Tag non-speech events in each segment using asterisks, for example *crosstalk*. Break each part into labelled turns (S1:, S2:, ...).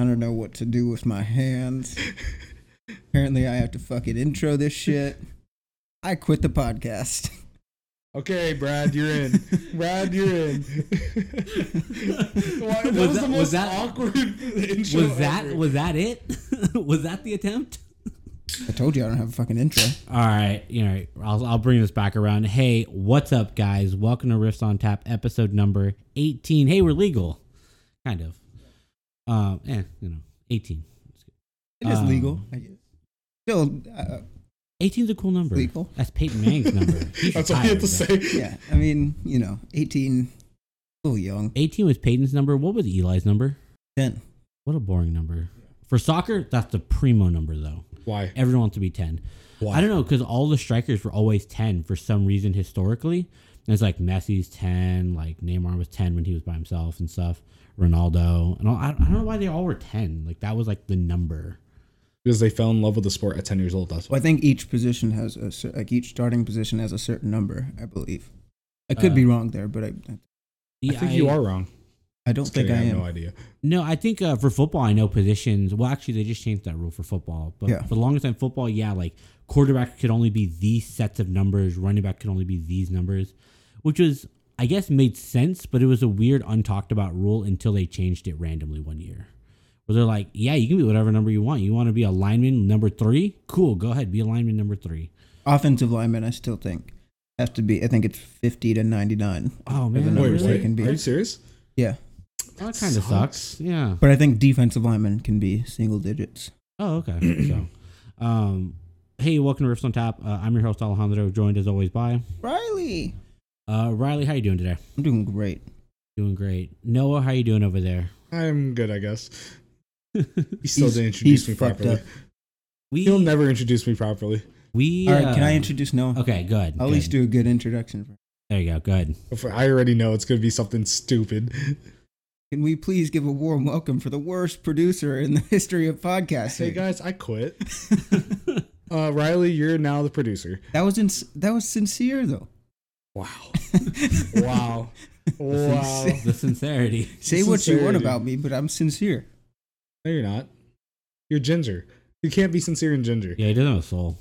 S1: know what to do with my hands. Apparently, I have to fucking intro this shit. I quit the podcast.
S2: Okay, Brad, you're *laughs* in. Brad, you're *laughs* in. Why- that was, the
S3: Was that- was
S2: most
S3: that-
S2: awkward intro.
S3: Was that
S2: ever.
S3: was that it? *laughs* was that the attempt?
S1: I told you I don't have a fucking intro.
S3: All right, you know, I'll, I'll bring this back around. Hey, what's up, guys? Welcome to Riffs on Tap, episode number eighteen. Hey, we're legal, kind of. Um, eh, you know, eighteen.
S1: It is
S3: Um,
S1: legal. I guess. Still, uh,
S3: 18's a cool number.
S1: Legal.
S3: That's Peyton Manning's number.
S2: *laughs*
S3: He's
S2: That's all I have
S3: retired,
S2: to
S3: but-
S2: say.
S1: yeah. I mean, you know, 18, a little young.
S3: Eighteen was Peyton's number. What was Eli's number?
S1: 10.
S3: What a boring number. For soccer, that's the primo number, though.
S2: Why?
S3: Everyone wants to be 10.
S2: Why?
S3: I don't know, because all the strikers were always 10 for some reason historically. And it's like Messi's 10, like Neymar was 10 when he was by himself and stuff. Ronaldo. And all, I, I don't know why they all were 10. Like, that was like the number.
S2: Because they fell in love with the sport at 10 years old. That's why.
S1: Well, I think each position has a cer- like each starting position has a certain number. I believe. I could be
S3: Uh,
S1: wrong there, but I
S2: I think you are wrong.
S1: I don't
S2: Just
S1: think
S2: kidding,
S1: I
S2: I have
S1: am.
S2: no idea.
S3: No, I think uh, for football, I know positions. Well, actually, they just changed that rule for football. But
S1: Yeah.
S3: for the longest time, football, yeah, like quarterback could only be these sets of numbers, running back could only be these numbers, which was, I guess, made sense, but it was a weird, untalked about rule until they changed it randomly one year. Where they're like, yeah, you can be whatever number you want. You want to be a lineman number three? Cool, go ahead, be a lineman number three.
S1: Offensive lineman, I still think has to be. I think it's fifty to ninety nine.
S3: Oh,
S1: There's
S3: man.
S1: a number
S2: Wait,
S3: really?
S1: they can
S2: wait.
S1: be.
S2: Are you serious?
S1: Yeah,
S3: That kind of sucks. Yeah.
S1: but I think defensive lineman can be single digits.
S3: Oh, okay. so, um, hey, welcome to Riffs on Tap. Uh, I'm your host, Alejandro, joined as always by.
S1: Riley,
S3: Uh, Riley, how you doing today?
S1: I'm doing great.
S3: Doing great. Noah, how you doing over there?
S2: I'm good, I
S1: *laughs*
S2: guess. He still
S1: He's-
S2: didn't introduce
S1: he's
S2: me
S1: fucked
S2: properly.
S1: up.
S3: We
S2: He'll never introduce me properly.
S3: we.
S1: All right, can I
S3: uh,
S1: introduce Noah?
S3: Okay, good.
S1: I'll at
S3: good.
S1: least do a good introduction. For
S3: There you
S1: *laughs*
S3: go. Good.
S2: If- I already know it's going to be something stupid.
S1: Can we please give a warm welcome for the worst producer in the *laughs* history of podcasting?
S2: Hey, guys, I quit. uh, Riley, you're now the producer.
S1: That was ins- that was sincere though.
S2: Wow. wow. Wow.
S3: *laughs* The sincerity.
S1: *laughs* Say what you want
S2: Sincerity.
S1: about me, but I'm sincere.
S2: No, you're not. You're ginger. You can't be sincere and ginger.
S3: Yeah, he doesn't have a soul.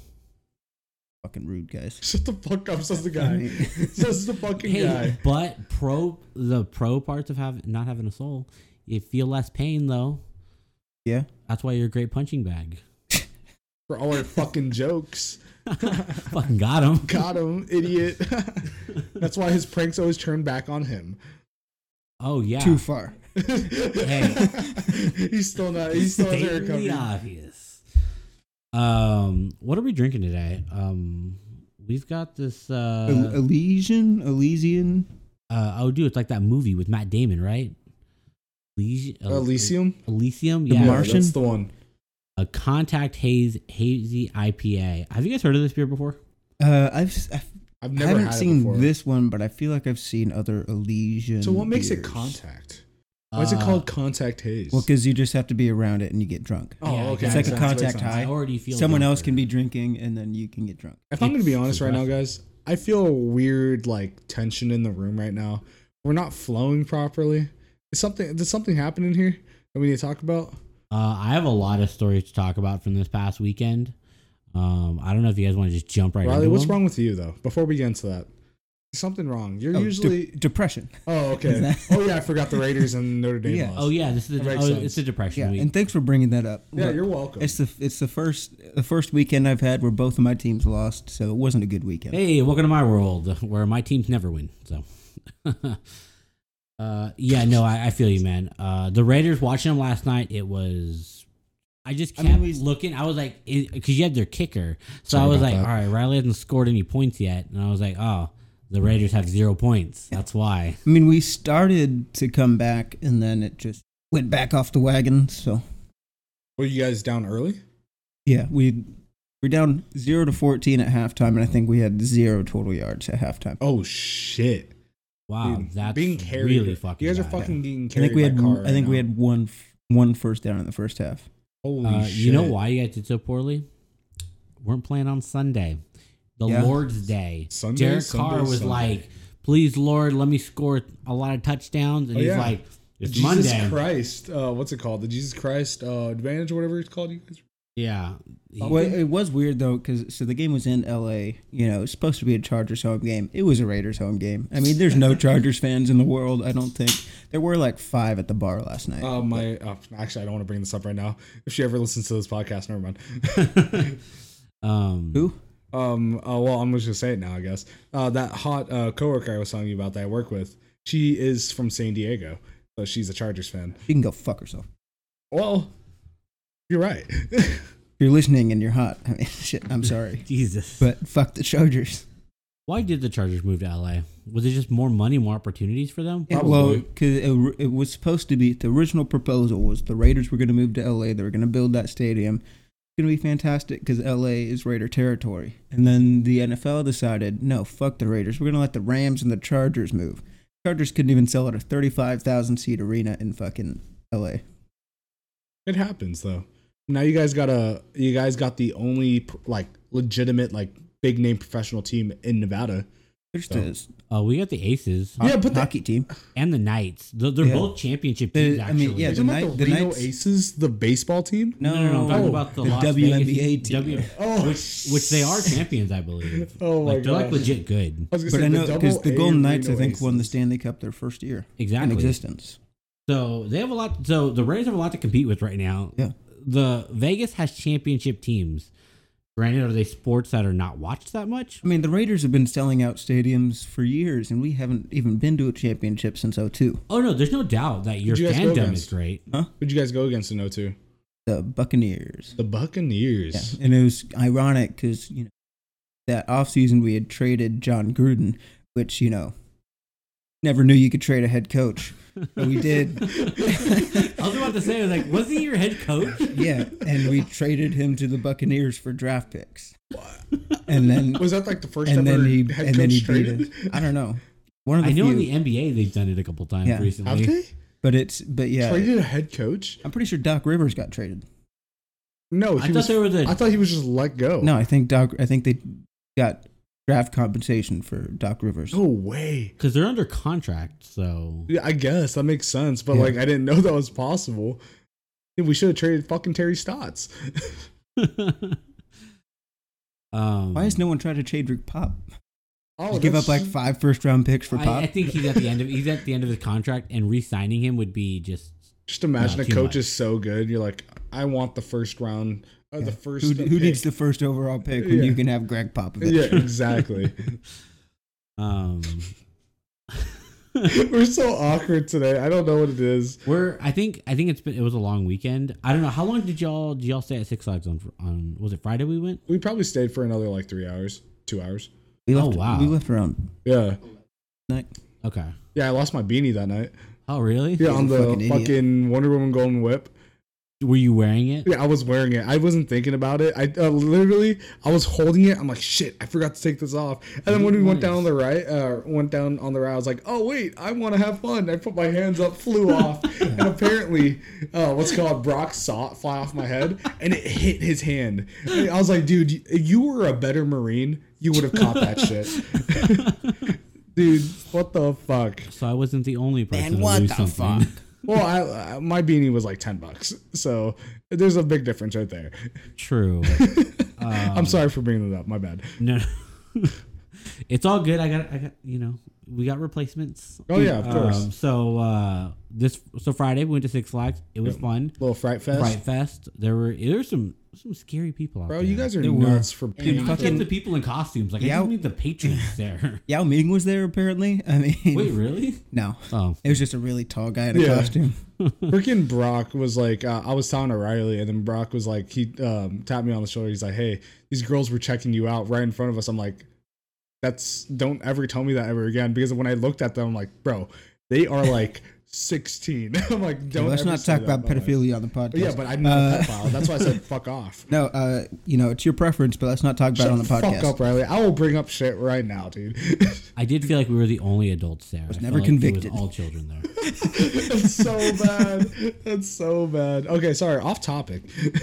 S1: Fucking rude, guys.
S2: *laughs* Shut the fuck up, says the
S1: I
S2: guy.
S1: mean,
S2: *laughs* says the fucking
S3: Hey,
S2: guy.
S3: but pro the pro parts of have not having a soul, you feel less pain though.
S1: yeah.
S3: That's why you're a great punching bag. *laughs*
S2: For all our fucking jokes.
S3: Fucking got him.
S2: Got him, idiot. *laughs* That's why his pranks always turn back on him.
S3: Oh
S1: *laughs*
S3: yeah.
S1: too far.
S3: Hey.
S2: *laughs* he's still not. He's still not
S3: Stating
S2: recovering.
S3: the obvious. Um, what are we drinking today? Um, we've got this.
S1: El-
S3: Uh,
S1: Elysian, Elysian.
S3: uh, oh, dude, it's like that movie with Matt Damon, right? Elysi- El-
S2: Elysium.
S3: Elysium, yeah.
S1: Uh, Martian?
S2: that's the one.
S3: A contact haze hazy IPA. Have you guys heard of this beer before?
S1: Uh, I've, s- I've
S2: I've
S1: I
S2: never
S1: haven't
S2: had it
S1: seen
S2: before.
S1: this one, but I feel like I've seen other Elysian.
S2: So what makes it
S1: beers.
S2: contact? Why is it
S3: Uh,
S2: called contact haze?
S1: Well, because you just have to be around it and you get drunk.
S2: Oh,
S3: Yeah,
S2: okay.
S1: It's like a
S2: makes sense,
S1: contact
S2: makes sense.
S1: high.
S3: I already feel
S1: Someone
S3: drunk
S1: else can
S3: already.
S1: be drinking, and then you can get drunk.
S2: If I'm gonna be
S3: It's
S2: honest right now, guys, I feel a weird like tension in the room right now. We're not flowing properly. Is something did something happen in here that we need to talk about?
S3: Uh, I have a lot of stories to talk about from this past weekend. Um, I don't know if you guys want to just jump right
S2: Riley,
S3: into
S2: what's
S3: them.
S2: wrong with you though? Before we get into that, there's something wrong. You're
S1: Oh, de-
S2: usually.
S1: depression. *laughs*
S2: oh, okay. oh yeah, I forgot the Raiders and Notre Dame.
S1: Yeah.
S2: lost.
S3: Oh yeah, this is
S2: That
S3: a,
S2: makes
S3: oh,
S2: sense.
S3: it's a depression
S1: Yeah,
S3: week.
S1: and thanks for bringing that up.
S2: Yeah,
S1: Look,
S2: you're welcome.
S1: It's the it's the first the first weekend I've had where both of my teams lost, so it wasn't a good weekend.
S3: Hey, welcome to my world where my teams never win. So, *laughs* uh, yeah, no, I, I feel you, man. Uh, the Raiders watching them last night, it was. I just
S1: I
S3: kept
S1: mean, we-
S3: looking. I was like, because you had their kicker, so
S2: Sorry
S3: I was
S2: about
S3: like,
S2: that.
S3: all right, Riley hasn't scored any points yet, and I was like, oh, the Raiders have zero points.
S2: *laughs*
S3: That's why.
S1: I mean, we started to come back, and then it just went back off the wagon. So
S2: Were you guys down early?
S1: yeah, we we're down zero to fourteen at halftime, and I think we had zero total yards at halftime.
S2: Oh shit!
S3: Wow,
S2: Dude,
S3: that's
S2: being carried.
S3: really fucking.
S2: you guys are
S3: bad.
S2: fucking being
S1: I
S2: carried.
S1: think we
S2: by
S1: had
S2: car
S1: I
S2: right
S1: think we
S2: now.
S1: had one f- one first down in the first half.
S2: Holy
S3: Uh,
S2: shit!
S3: you know why you guys did so poorly? Weren't playing on Sunday, the
S1: Yeah.
S3: Lord's Day.
S2: Sunday,
S3: Derek
S2: Sunday,
S3: Carr was
S2: Sunday.
S3: like, "Please, Lord, let me score a lot of touchdowns," and
S2: Oh,
S3: he's
S2: yeah.
S3: like, It's
S2: Jesus
S3: Monday.
S2: Christ. Uh, what's it called? The Jesus Christ uh, Advantage, or whatever it's called. You guys.
S3: Yeah. He-
S1: Well, it was weird though, because so the game was in L.A. You know, it's supposed to be a Chargers home game. It was a Raiders home game. I mean, there's *laughs* no Chargers fans in the world. I don't think there were like five at the bar last night.
S2: Uh, my uh, actually, I don't want to bring this up right now. If she ever listens to this podcast, never mind. *laughs*
S3: um,
S1: Who?
S2: Um. Uh, well, I'm just gonna say it now, I guess. Uh, that hot uh, coworker I was telling you about that I work with, she is from San Diego, so she's a Chargers fan.
S1: She can go fuck herself.
S2: Well, you're right. *laughs*
S1: If you're listening and you're hot. I mean, *laughs* shit. I'm sorry,
S3: Jesus.
S1: but fuck the Chargers.
S3: Why did the Chargers move to LA? Was it just more money, more opportunities for them?
S1: Yeah, well, because it, it was supposed to be the original proposal was the Raiders were going to move to L.A. They were going to build that stadium. It's going to be fantastic because L.A. is Raider territory. And then the NFL decided, no, fuck the Raiders. We're going to let the Rams and the Chargers move. Chargers couldn't even sell at a thirty-five thousand seat arena in fucking L.A.
S2: it happens though. Now you guys got a you guys got the only pr- like legitimate like big name professional team in Nevada.
S1: There's
S2: Oh.
S1: this
S3: Uh, we got the Aces
S2: Yeah, but the-
S1: hockey team.
S3: and the Knights. They're, they're
S1: Yeah.
S3: both championship
S1: The-
S3: teams,
S1: I
S3: actually.
S1: mean, yeah, the
S2: You're talking about
S1: Knight-
S2: the
S1: the
S2: Reno
S1: Knights-
S2: Aces, the baseball team.
S1: No,
S3: no, no, no. I'm talking
S2: Oh,
S3: about the,
S1: the
S3: Las
S1: WNBA
S3: Vegas,
S1: team.
S3: W,
S2: Oh,
S3: which, which they are champions, I believe.
S2: Oh my
S3: like, they're like
S2: gosh.
S3: legit good.
S2: I was gonna
S1: But
S2: say
S1: I know
S2: the
S1: because the
S2: double A
S1: Golden Knights, I
S2: Reno
S1: think, won the
S2: Aces.
S1: Stanley Cup their first year in
S3: Exactly.
S1: existence.
S3: So they have a lot. So the Raiders have a lot to compete with right now.
S1: Yeah.
S3: The Vegas has championship teams. Granted, are they sports that are not watched that much?
S1: I mean, the Raiders have been selling out stadiums for years, and we haven't even been to a championship since 02.
S3: Oh no, there's no doubt that your
S2: Did you guys go
S3: fandom is
S2: against-
S3: great.
S2: Who'd you guys go against in 02?
S1: The Buccaneers.
S2: The
S1: Yeah.
S2: Buccaneers.
S1: And it was ironic because, you know, that offseason we had traded John Gruden, which, you know, never knew you could trade a head coach. But we
S2: *laughs*
S1: did.
S3: I was about to say, I was like, wasn't he your head
S1: *laughs*
S3: coach?
S1: yeah. And we traded him to the Buccaneers for draft picks. And then,
S2: Was that like the *laughs* first
S1: and
S2: ever
S1: then he,
S2: head
S1: and
S2: coach
S1: then he beat
S2: traded?
S1: us. I don't know. One of the
S3: I know
S1: few,
S3: in the NBA they've done it a couple times
S1: Yeah.
S3: recently.
S2: Have they
S1: but it's, but yeah,
S2: traded a head coach?
S1: I'm pretty sure Doc Rivers got traded. oh,
S2: No, he
S3: I thought
S2: was.
S3: they were the.
S2: I thought he was just let go.
S1: No, I think Doc. I think they got draft compensation for Doc Rivers.
S2: no way.
S3: because they're under contract, so *laughs*
S2: Yeah, I guess that makes sense, but
S1: Yeah.
S2: like I didn't know *laughs* that was possible. Dude, We should have traded fucking Terry Stotts.
S3: um,
S1: Why has no one tried to trade Rick Pop?
S2: Oh,
S1: Just give up like
S2: that's-
S1: five first round picks for
S3: I,
S1: Pop.
S3: I think he's at the end of he's at the end of his contract, and re-signing him would be just
S2: Just imagine
S3: Nah,
S2: a
S3: too
S2: coach
S3: much.
S2: is so good. You're like, I want the first round, uh, the first.
S1: who,
S2: uh,
S1: who needs
S2: pick."
S1: the first overall pick when
S2: Yeah.
S1: you can have Greg Popovich?
S2: *laughs* Yeah,
S1: *laughs*
S2: exactly.
S3: um.
S2: We're so awkward today. I don't know what it is.
S3: We're I think I think it's been it was a long weekend. I don't know how long did y'all did y'all stay at Six Flags on on was it Friday we went?
S2: We probably stayed for another like three hours, two hours.
S1: We
S3: Oh,
S1: left,
S3: wow.
S1: We left around.
S2: Yeah,
S1: Night.
S3: Okay.
S2: yeah. I lost my beanie that night.
S3: Oh really?
S2: Yeah, on the
S1: Fucking
S2: fucking,
S1: idiot.
S2: Wonder Woman Golden Whip.
S3: Were you wearing it?
S2: Yeah, I was wearing it. I wasn't thinking about it. I uh, literally, I was holding it. I'm like, shit, I forgot to take this off. And then when we went down on the right, uh, went down on the right, I was like, oh wait, I want to have fun. I put my hands up, flew off, and apparently, uh, what's it called Brock saw it fly off my head, and it hit his hand. And I was like, dude, you- if you were a better Marine, you would have caught that shit. *laughs* Dude, what the fuck?
S3: So I wasn't the only person
S1: And
S3: to
S1: what
S3: lose
S1: the
S3: something.
S1: fuck?
S2: Well, I, I, my beanie was like ten bucks, so there's a big difference right there.
S3: *laughs* True.
S2: I'm sorry for bringing it up. My bad.
S3: No. *laughs* it's all good. I got I got you know, we got replacements.
S2: Oh yeah, of course.
S3: Um, so uh this so Friday we went to Six Flags. It was fun.
S2: Little fright fest,
S3: Fright Fest. There were there were some some scary people out
S2: bro.
S3: there.
S2: You guys are
S1: They were.
S2: nuts for
S3: Dude,
S2: paying.
S3: not
S1: fucking-
S3: just the people in costumes. Like I
S1: Yeah.
S3: just need the patrons there. *laughs*
S1: Yao Ming was there apparently. I mean,
S3: Wait, really?
S1: *laughs* no,
S3: Oh,
S1: it was just a really tall guy in a
S2: Yeah.
S1: costume.
S2: *laughs* Freaking Brock was like, uh, I was talking to Riley, and then Brock was like, he um, tapped me on the shoulder. He's like, Hey, these girls were checking you out right in front of us. I'm like, That's don't ever tell me that ever again. Because when I looked at them, I'm like, Bro, they
S1: *laughs*
S2: are like 16. *laughs* I'm like, Don't.
S1: Let's
S2: ever
S1: not
S2: say
S1: talk
S2: that
S1: about
S2: in my life."
S1: pedophilia Uh, on the podcast.
S2: But yeah, but I'm not a pedophile. That's why
S1: *laughs*
S2: I said fuck off.
S1: no, uh, you know it's your preference, but let's not talk about it
S2: Shut
S1: on the podcast.
S2: Fuck up, Riley. I will bring up shit right now, dude. *laughs*
S3: I did feel like we were the only adults there. I was
S1: never convicted.
S3: all children there. *laughs*
S2: That's so bad. That's so bad. Okay, sorry. Off topic.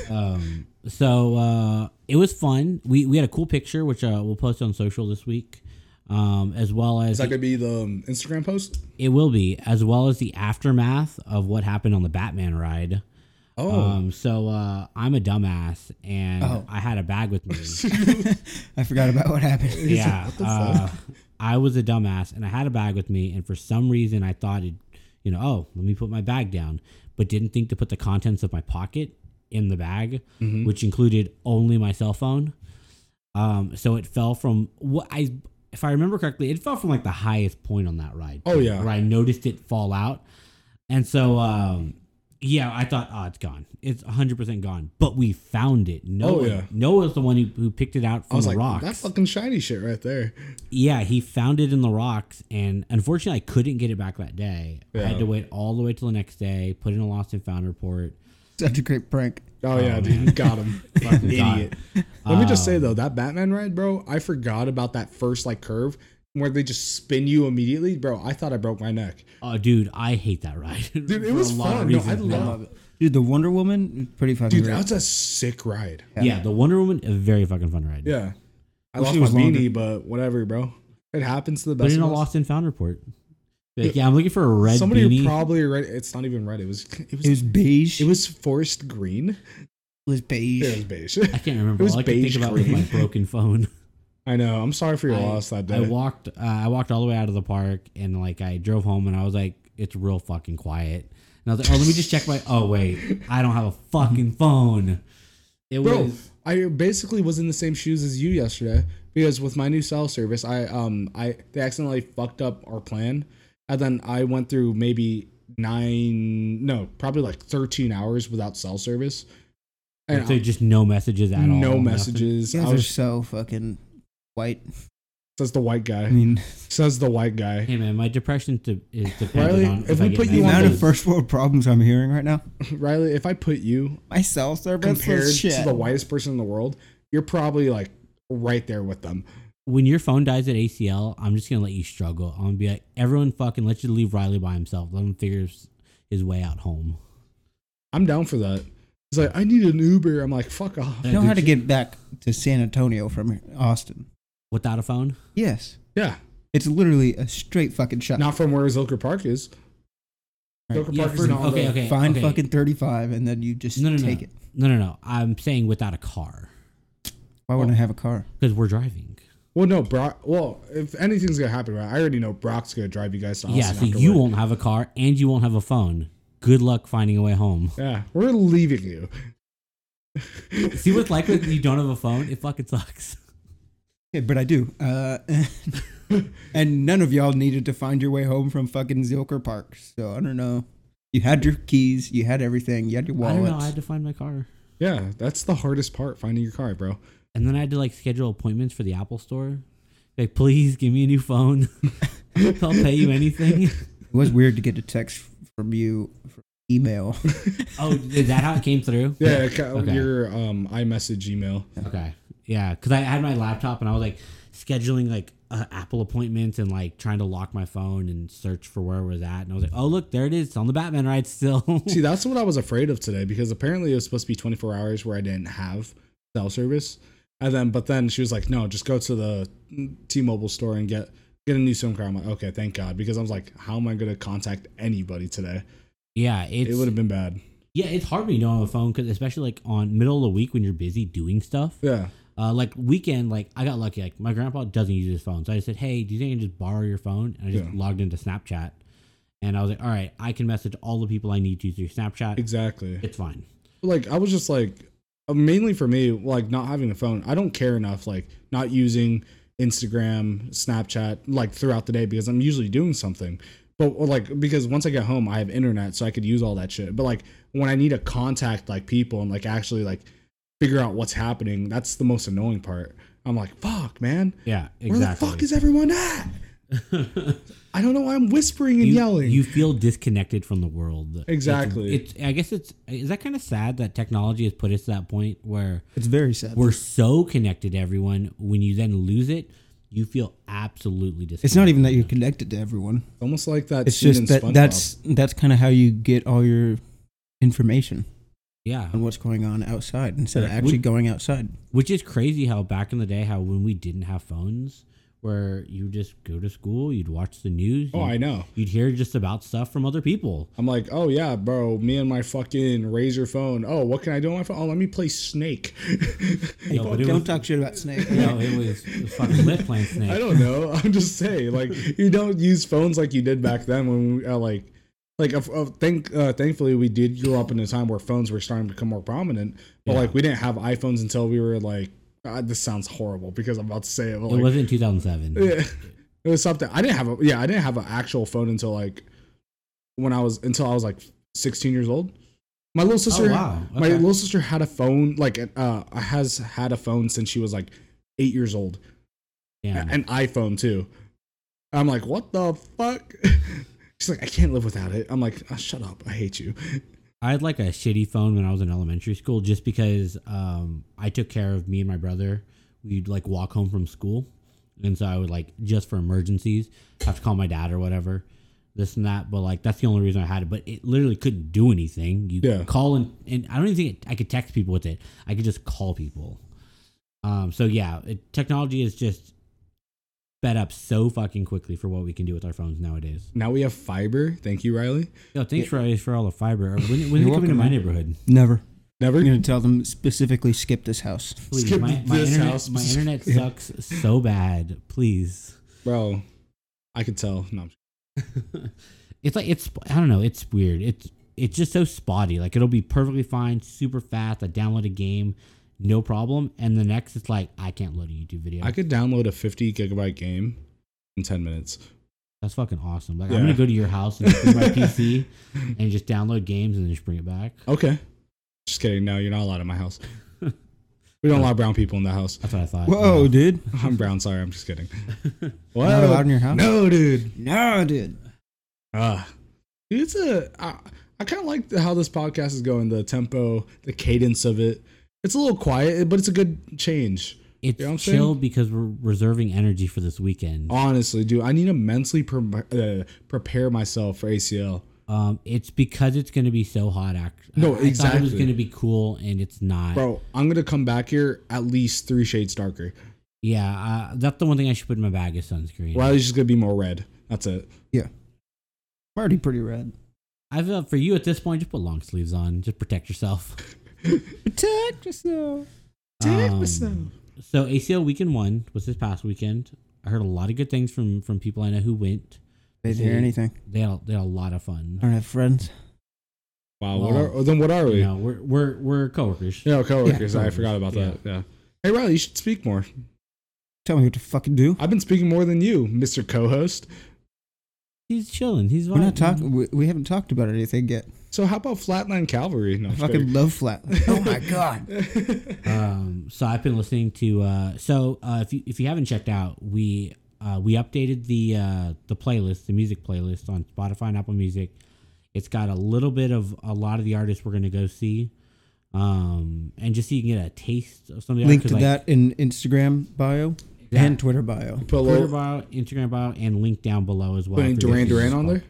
S3: Um, so uh, it was fun. We we had a cool picture, which uh, we'll post on social this week. um, as well as
S2: Is that gonna be the um, Instagram post?
S3: it will be, as well as the aftermath of what happened on the Batman ride.
S2: Oh,
S3: Um, so uh, I'm a dumbass, and
S1: Oh.
S3: I had a bag with me.
S1: *laughs* I forgot about what
S2: *laughs*
S1: happened.
S3: yeah. uh, I was a dumbass and I had a bag with me, and for some reason I thought it, you know, oh, let me put my bag down, but didn't think to put the contents of my pocket in the bag,
S2: Mm-hmm.
S3: which included only my cell phone. Um, so it fell from what I, if I remember correctly, it fell from like the highest point on that ride.
S2: Oh, yeah.
S3: where I noticed it fall out, and so um, yeah, I thought, oh, it's gone. It's 100 percent gone. But we found it. No,
S2: Oh,
S3: one-
S2: yeah.
S3: Noah's the one who, who picked it out
S2: I
S3: from
S2: was
S3: the
S2: like,
S3: rocks.
S2: that fucking shiny shit right there.
S3: Yeah, he found it in the rocks, and unfortunately, I couldn't get it back that day. I had
S2: Yeah.
S3: to wait all the way till the next day, put in a lost and found report.
S1: *laughs* Such a great prank.
S2: Oh yeah, dude, you got Uh, him, *laughs* fucking
S3: got
S2: idiot. Let me just say though, that Batman ride, bro, I forgot about that first like curve where they just spin you immediately, bro. I thought I broke my neck.
S3: Oh, dude, I hate that ride. *laughs*
S2: Dude, it was fun. No, I love it.
S1: Dude, the Wonder Woman, pretty fucking
S2: Dude,
S1: great.
S2: that's a sick ride.
S3: Yeah. the Wonder Woman, a very fucking fun ride.
S2: Yeah, I
S1: Wish
S2: lost
S1: it
S2: my
S1: was longer.
S2: beanie, but whatever, bro. It happens to the
S3: Put
S2: best.
S3: in a
S2: of us.
S3: lost and found report. Like, yeah, I'm looking for a red
S2: Somebody
S3: beanie.
S2: probably read. It's not even red. It was. It was.
S1: It was beige.
S2: It was forest green. *laughs*
S1: It was
S2: Yeah, it
S1: beige.
S2: was beige.
S3: I can't remember.
S2: it was
S3: All I can think
S2: beige
S3: about was my
S2: green.
S3: broken phone. *laughs*
S2: I know. I'm sorry for your
S3: I-
S2: loss that day.
S3: I walked. Uh, I walked all the way out of the park, and like I drove home, and I was like, "It's real fucking quiet." And I was like, "Oh, let me just check my." *laughs* Oh wait, I don't have a fucking phone. It
S2: Bro,
S3: was
S2: I basically was in the same shoes as you yesterday because with my new cell service, I um I they accidentally fucked up our plan, and then I went through maybe nine no probably like thirteen hours without cell service, and
S3: so just no messages at all.
S2: no
S3: nothing.
S2: messages.
S1: You
S2: I
S1: guys are
S2: was
S1: so fucking white.
S2: says the white guy
S1: I
S3: Mm.
S1: mean,
S2: says the white
S3: *laughs*
S2: guy.
S3: Hey man, my depression to, is dependent
S2: Riley,
S3: on
S2: if we
S3: I get
S2: put
S1: the
S2: you on
S1: amount
S3: messages.
S1: of first world problems I'm hearing right now.
S2: Riley, if I put you
S1: My cell service
S2: compared
S1: was
S2: to
S1: shit.
S2: the whitest person in the world, you're probably like right there with them.
S3: when your phone dies at ACL, I'm just gonna let you struggle. I'm gonna be like, everyone, fucking, let you leave Riley by himself. Let him figure his, his way out home.
S2: I'm down for that. He's like, I need an Uber. I'm like, fuck off.
S1: I know how to get back to San Antonio from Austin.
S3: Without a phone,
S1: Yes.
S2: Yeah,
S1: It's literally a straight fucking shot.
S2: not from where Zilker Park is.
S1: Right.
S2: Zilker
S3: Yeah,
S2: Park is
S3: first-
S2: not on
S3: okay,
S2: the-
S3: okay,
S1: Find
S3: okay.
S1: fucking 35 and then you just
S3: no, no, no,
S1: take it.
S3: no, no, no. I'm saying without a car
S1: Why wouldn't I have a car?
S3: because we're driving.
S2: Well, no, Brock. Well, if anything's gonna happen, right? I already know Brock's gonna drive you guys to Austin.
S3: yeah, so
S2: after
S3: you
S2: work.
S3: won't have a car and you won't have a phone. Good luck finding a way home. *laughs*
S2: Yeah, we're leaving you.
S3: See what's like when you don't have a phone? It fucking sucks. *laughs*
S1: Yeah, but I do. Uh, *laughs* and none of y'all needed to find your way home from fucking Zilker Park. So I don't know. You had your keys, you had everything, you had your
S3: I don't
S1: wallets.
S3: know. I had to find my car,
S2: Yeah, that's the hardest part, finding your car, bro.
S3: and then I had to like schedule appointments for the Apple Store. Like, please give me a new phone. *laughs* I'll pay you anything. *laughs*
S1: it was weird to get a text from you from email.
S3: Oh, is that how it came through?
S2: Yeah, ca-
S3: Okay.
S2: your um iMessage email.
S3: Okay. Yeah, because I had my laptop and I was like scheduling like uh, Apple appointments and like trying to lock my phone and search for where it was at. And I was like, oh look, there it is. It's on the Batman ride still. *laughs*
S2: See, that's what I was afraid of today because apparently it was supposed to be 24 hours where I didn't have cell service, and then but then she was like, no, just go to the T-Mobile store and get get a new SIM card. I'm like, okay, thank God, because I was like, how am I gonna contact anybody today?
S3: yeah, it's
S2: It would have been bad.
S3: yeah, it's hard when you don't have a phone because especially like on middle of the week when you're busy doing stuff.
S2: Yeah.
S3: Uh, like weekend, like I got lucky. Like my grandpa doesn't use his phone, so I just said, "Hey, do you think I can just borrow your phone?" And I just
S2: Yeah.
S3: logged into Snapchat, and I was like, "All right, I can message all the people I need to through Snapchat.
S2: Exactly.
S3: It's fine."
S2: Like I was just like uh, mainly for me, like not having a phone, I don't care enough like not using Instagram, Snapchat like throughout the day because I'm usually doing something. But or, like because once I get home, I have internet so I could use all that shit. But like when I need to contact like people and like actually like figure out what's happening, that's the most annoying part. I'm like, fuck, man.
S3: Yeah,
S2: Where
S3: exactly.
S2: the fuck is everyone at? I don't know why I'm whispering and
S3: you-
S2: yelling.
S3: You feel disconnected from the world.
S2: Exactly.
S3: It's, it's- I guess it's is that kind of sad that technology has put us to that point where
S1: *laughs* It's very sad.
S3: we're so connected to everyone. When you then lose it, you feel absolutely disconnected.
S1: it's not even that you're connected to everyone.
S2: Almost like that.
S1: It's
S2: scene
S1: just
S2: in
S1: that
S2: SpongeBob.
S1: that's that's kind of how you get all your information
S3: yeah,
S1: on what's going on outside instead of
S3: Yeah.
S1: actually
S3: We-
S1: going outside.
S3: which is crazy. How back in the day, how when we didn't have phones, where you just go to school, you'd watch the news,
S2: Oh,
S3: you'd,
S2: I know.
S3: you'd hear just about stuff from other
S2: *laughs*
S3: people.
S2: I'm like, oh yeah, bro, me and my fucking razor phone. Oh, what can I do on my phone? Oh, let me play
S3: *laughs*
S2: Snake.
S3: No, but it
S1: Don't
S3: was,
S1: talk shit about Snake.
S3: No, it was, it was fucking lit playing
S2: *laughs*
S3: Snake.
S2: I don't know. I'm just saying,
S3: *laughs*
S2: like, you don't use phones like you did back then when we uh, like, like, uh, uh, thank, uh, thankfully we did grow up in a time where phones were starting to become more prominent. But
S3: Yeah.
S2: like, we didn't have iPhones until we were like, uh, this sounds horrible because I'm about to say it. But,
S3: it
S2: like,
S3: wasn't 2007.
S2: Yeah. It was something I didn't have a yeah, I didn't have an actual phone until like when I was until I was like 16 years old. My little sister
S3: wow.
S2: my
S3: Okay.
S2: little sister had a phone like uh has had a phone since she was like 8 years old.
S3: Damn.
S2: An iPhone too. I'm like, "What the fuck?" *laughs* She's like, "I can't live without it." I'm like, oh, "Shut up. I hate you."
S3: I had like a shitty phone when I was in elementary school just because um, I took care of me and my brother. We'd like walk home from school. And so I would like, just for emergencies, have to call my dad or whatever, this and that. But like, that's the only reason I had it. But it literally couldn't do anything. You
S2: Yeah.
S3: call and, and I don't even think I could text people with it, I could just call people. Um, so yeah, it, technology is just sped up so fucking quickly for what we can do with our phones nowadays.
S2: Now we have fiber. Thank you, Riley.
S3: Yo, thanks for, for all the fiber. When, when are they coming to
S1: welcome,
S3: my
S1: man.
S3: neighborhood?
S1: Never.
S2: Never
S1: I'm gonna tell them specifically skip this house.
S3: Please,
S2: Skip
S3: my, my
S2: this
S3: internet,
S2: house. *laughs*
S3: my internet sucks so bad. Please,
S2: Bro, I could tell. No. I'm-
S3: it's like it's I don't know. It's weird. It's it's just so spotty. Like it'll be perfectly fine, super fast. I download a game, no problem. And the next, it's like I can't load a YouTube video.
S2: I could download a 50 gigabyte game in 10 minutes.
S3: That's fucking awesome. Like
S2: Yeah.
S3: I'm gonna go to your house and bring my PC
S2: *laughs*
S3: and just download games and just bring it back.
S2: Okay. Just kidding. No, you're not allowed in
S1: *laughs*
S2: my house. We don't allow brown people in the house.
S3: That's what I thought.
S1: Whoa,
S3: Yeah.
S1: dude.
S2: I'm brown. Sorry. I'm
S1: *laughs*
S2: just kidding. What?
S1: Not allowed in your house.
S2: No, dude.
S1: No, dude.
S2: Ah, dude, it's a. I, I kind of like the- how this podcast is going. The tempo, the cadence of it. It's a little quiet, but it's a good change.
S3: it's
S2: You know what I'm saying?
S3: chill because we're reserving energy for this weekend.
S2: Honestly, dude, I need to mentally pre- uh, prepare myself for ACL.
S3: Um, it's because it's gonna be so hot. Act-
S2: No,
S3: I- I thought it was
S2: exactly.
S3: gonna be cool, and it's not.
S2: Bro, I'm gonna come back here at least three shades darker.
S3: Yeah, uh, that's the one thing I should put in my bag is sunscreen.
S2: Riley's just gonna be more red. That's it.
S1: I'm already pretty red.
S3: I feel for you at this point, just put long sleeves on, just protect yourself. *laughs*
S1: Protect yourself.
S2: Protect
S3: Um,
S2: myself.
S3: So ACL weekend one was this past weekend. I heard a lot of good things from from people I know who went.
S1: They didn't hear anything.
S3: They had, they had a lot of
S1: I
S3: fun.
S1: don't have friends.
S2: Wow. What
S3: Wow.
S2: are, then what are we?
S3: You know, we're we're we're coworkers.
S2: Yeah, coworkers. I
S3: coworkers.
S2: forgot about
S3: Yeah.
S2: that. Yeah. Hey Riley, you should speak more.
S1: Tell me what to fucking do.
S2: I've been speaking more than you, Mister Co-host.
S3: He's chilling. He's
S1: We're not
S3: vibing.
S1: talking. We, we haven't talked about anything yet.
S2: So how about Flatline Cavalry? No,
S1: I
S2: I'm Uh,
S1: fucking love Flatland. *laughs* Oh my
S2: *laughs*
S1: god.
S2: kidding.
S3: Um, so I've been listening to. Uh, so uh, if you if you haven't checked out, we uh, we updated the uh, the playlist, the music playlist on Spotify and Apple Music. It's got a little bit of a lot of the artists we're gonna go see, um, and just so you can get a taste of some of the
S1: Link
S3: artists,
S1: to
S3: 'cause, like,
S1: that in Instagram bio
S3: Yeah.
S1: and Twitter bio.
S2: Put a
S3: Twitter
S2: little
S3: bio, Instagram bio, and link down below as well.
S2: putting
S3: for your
S2: Duran Duran
S3: Facebook.
S2: on there.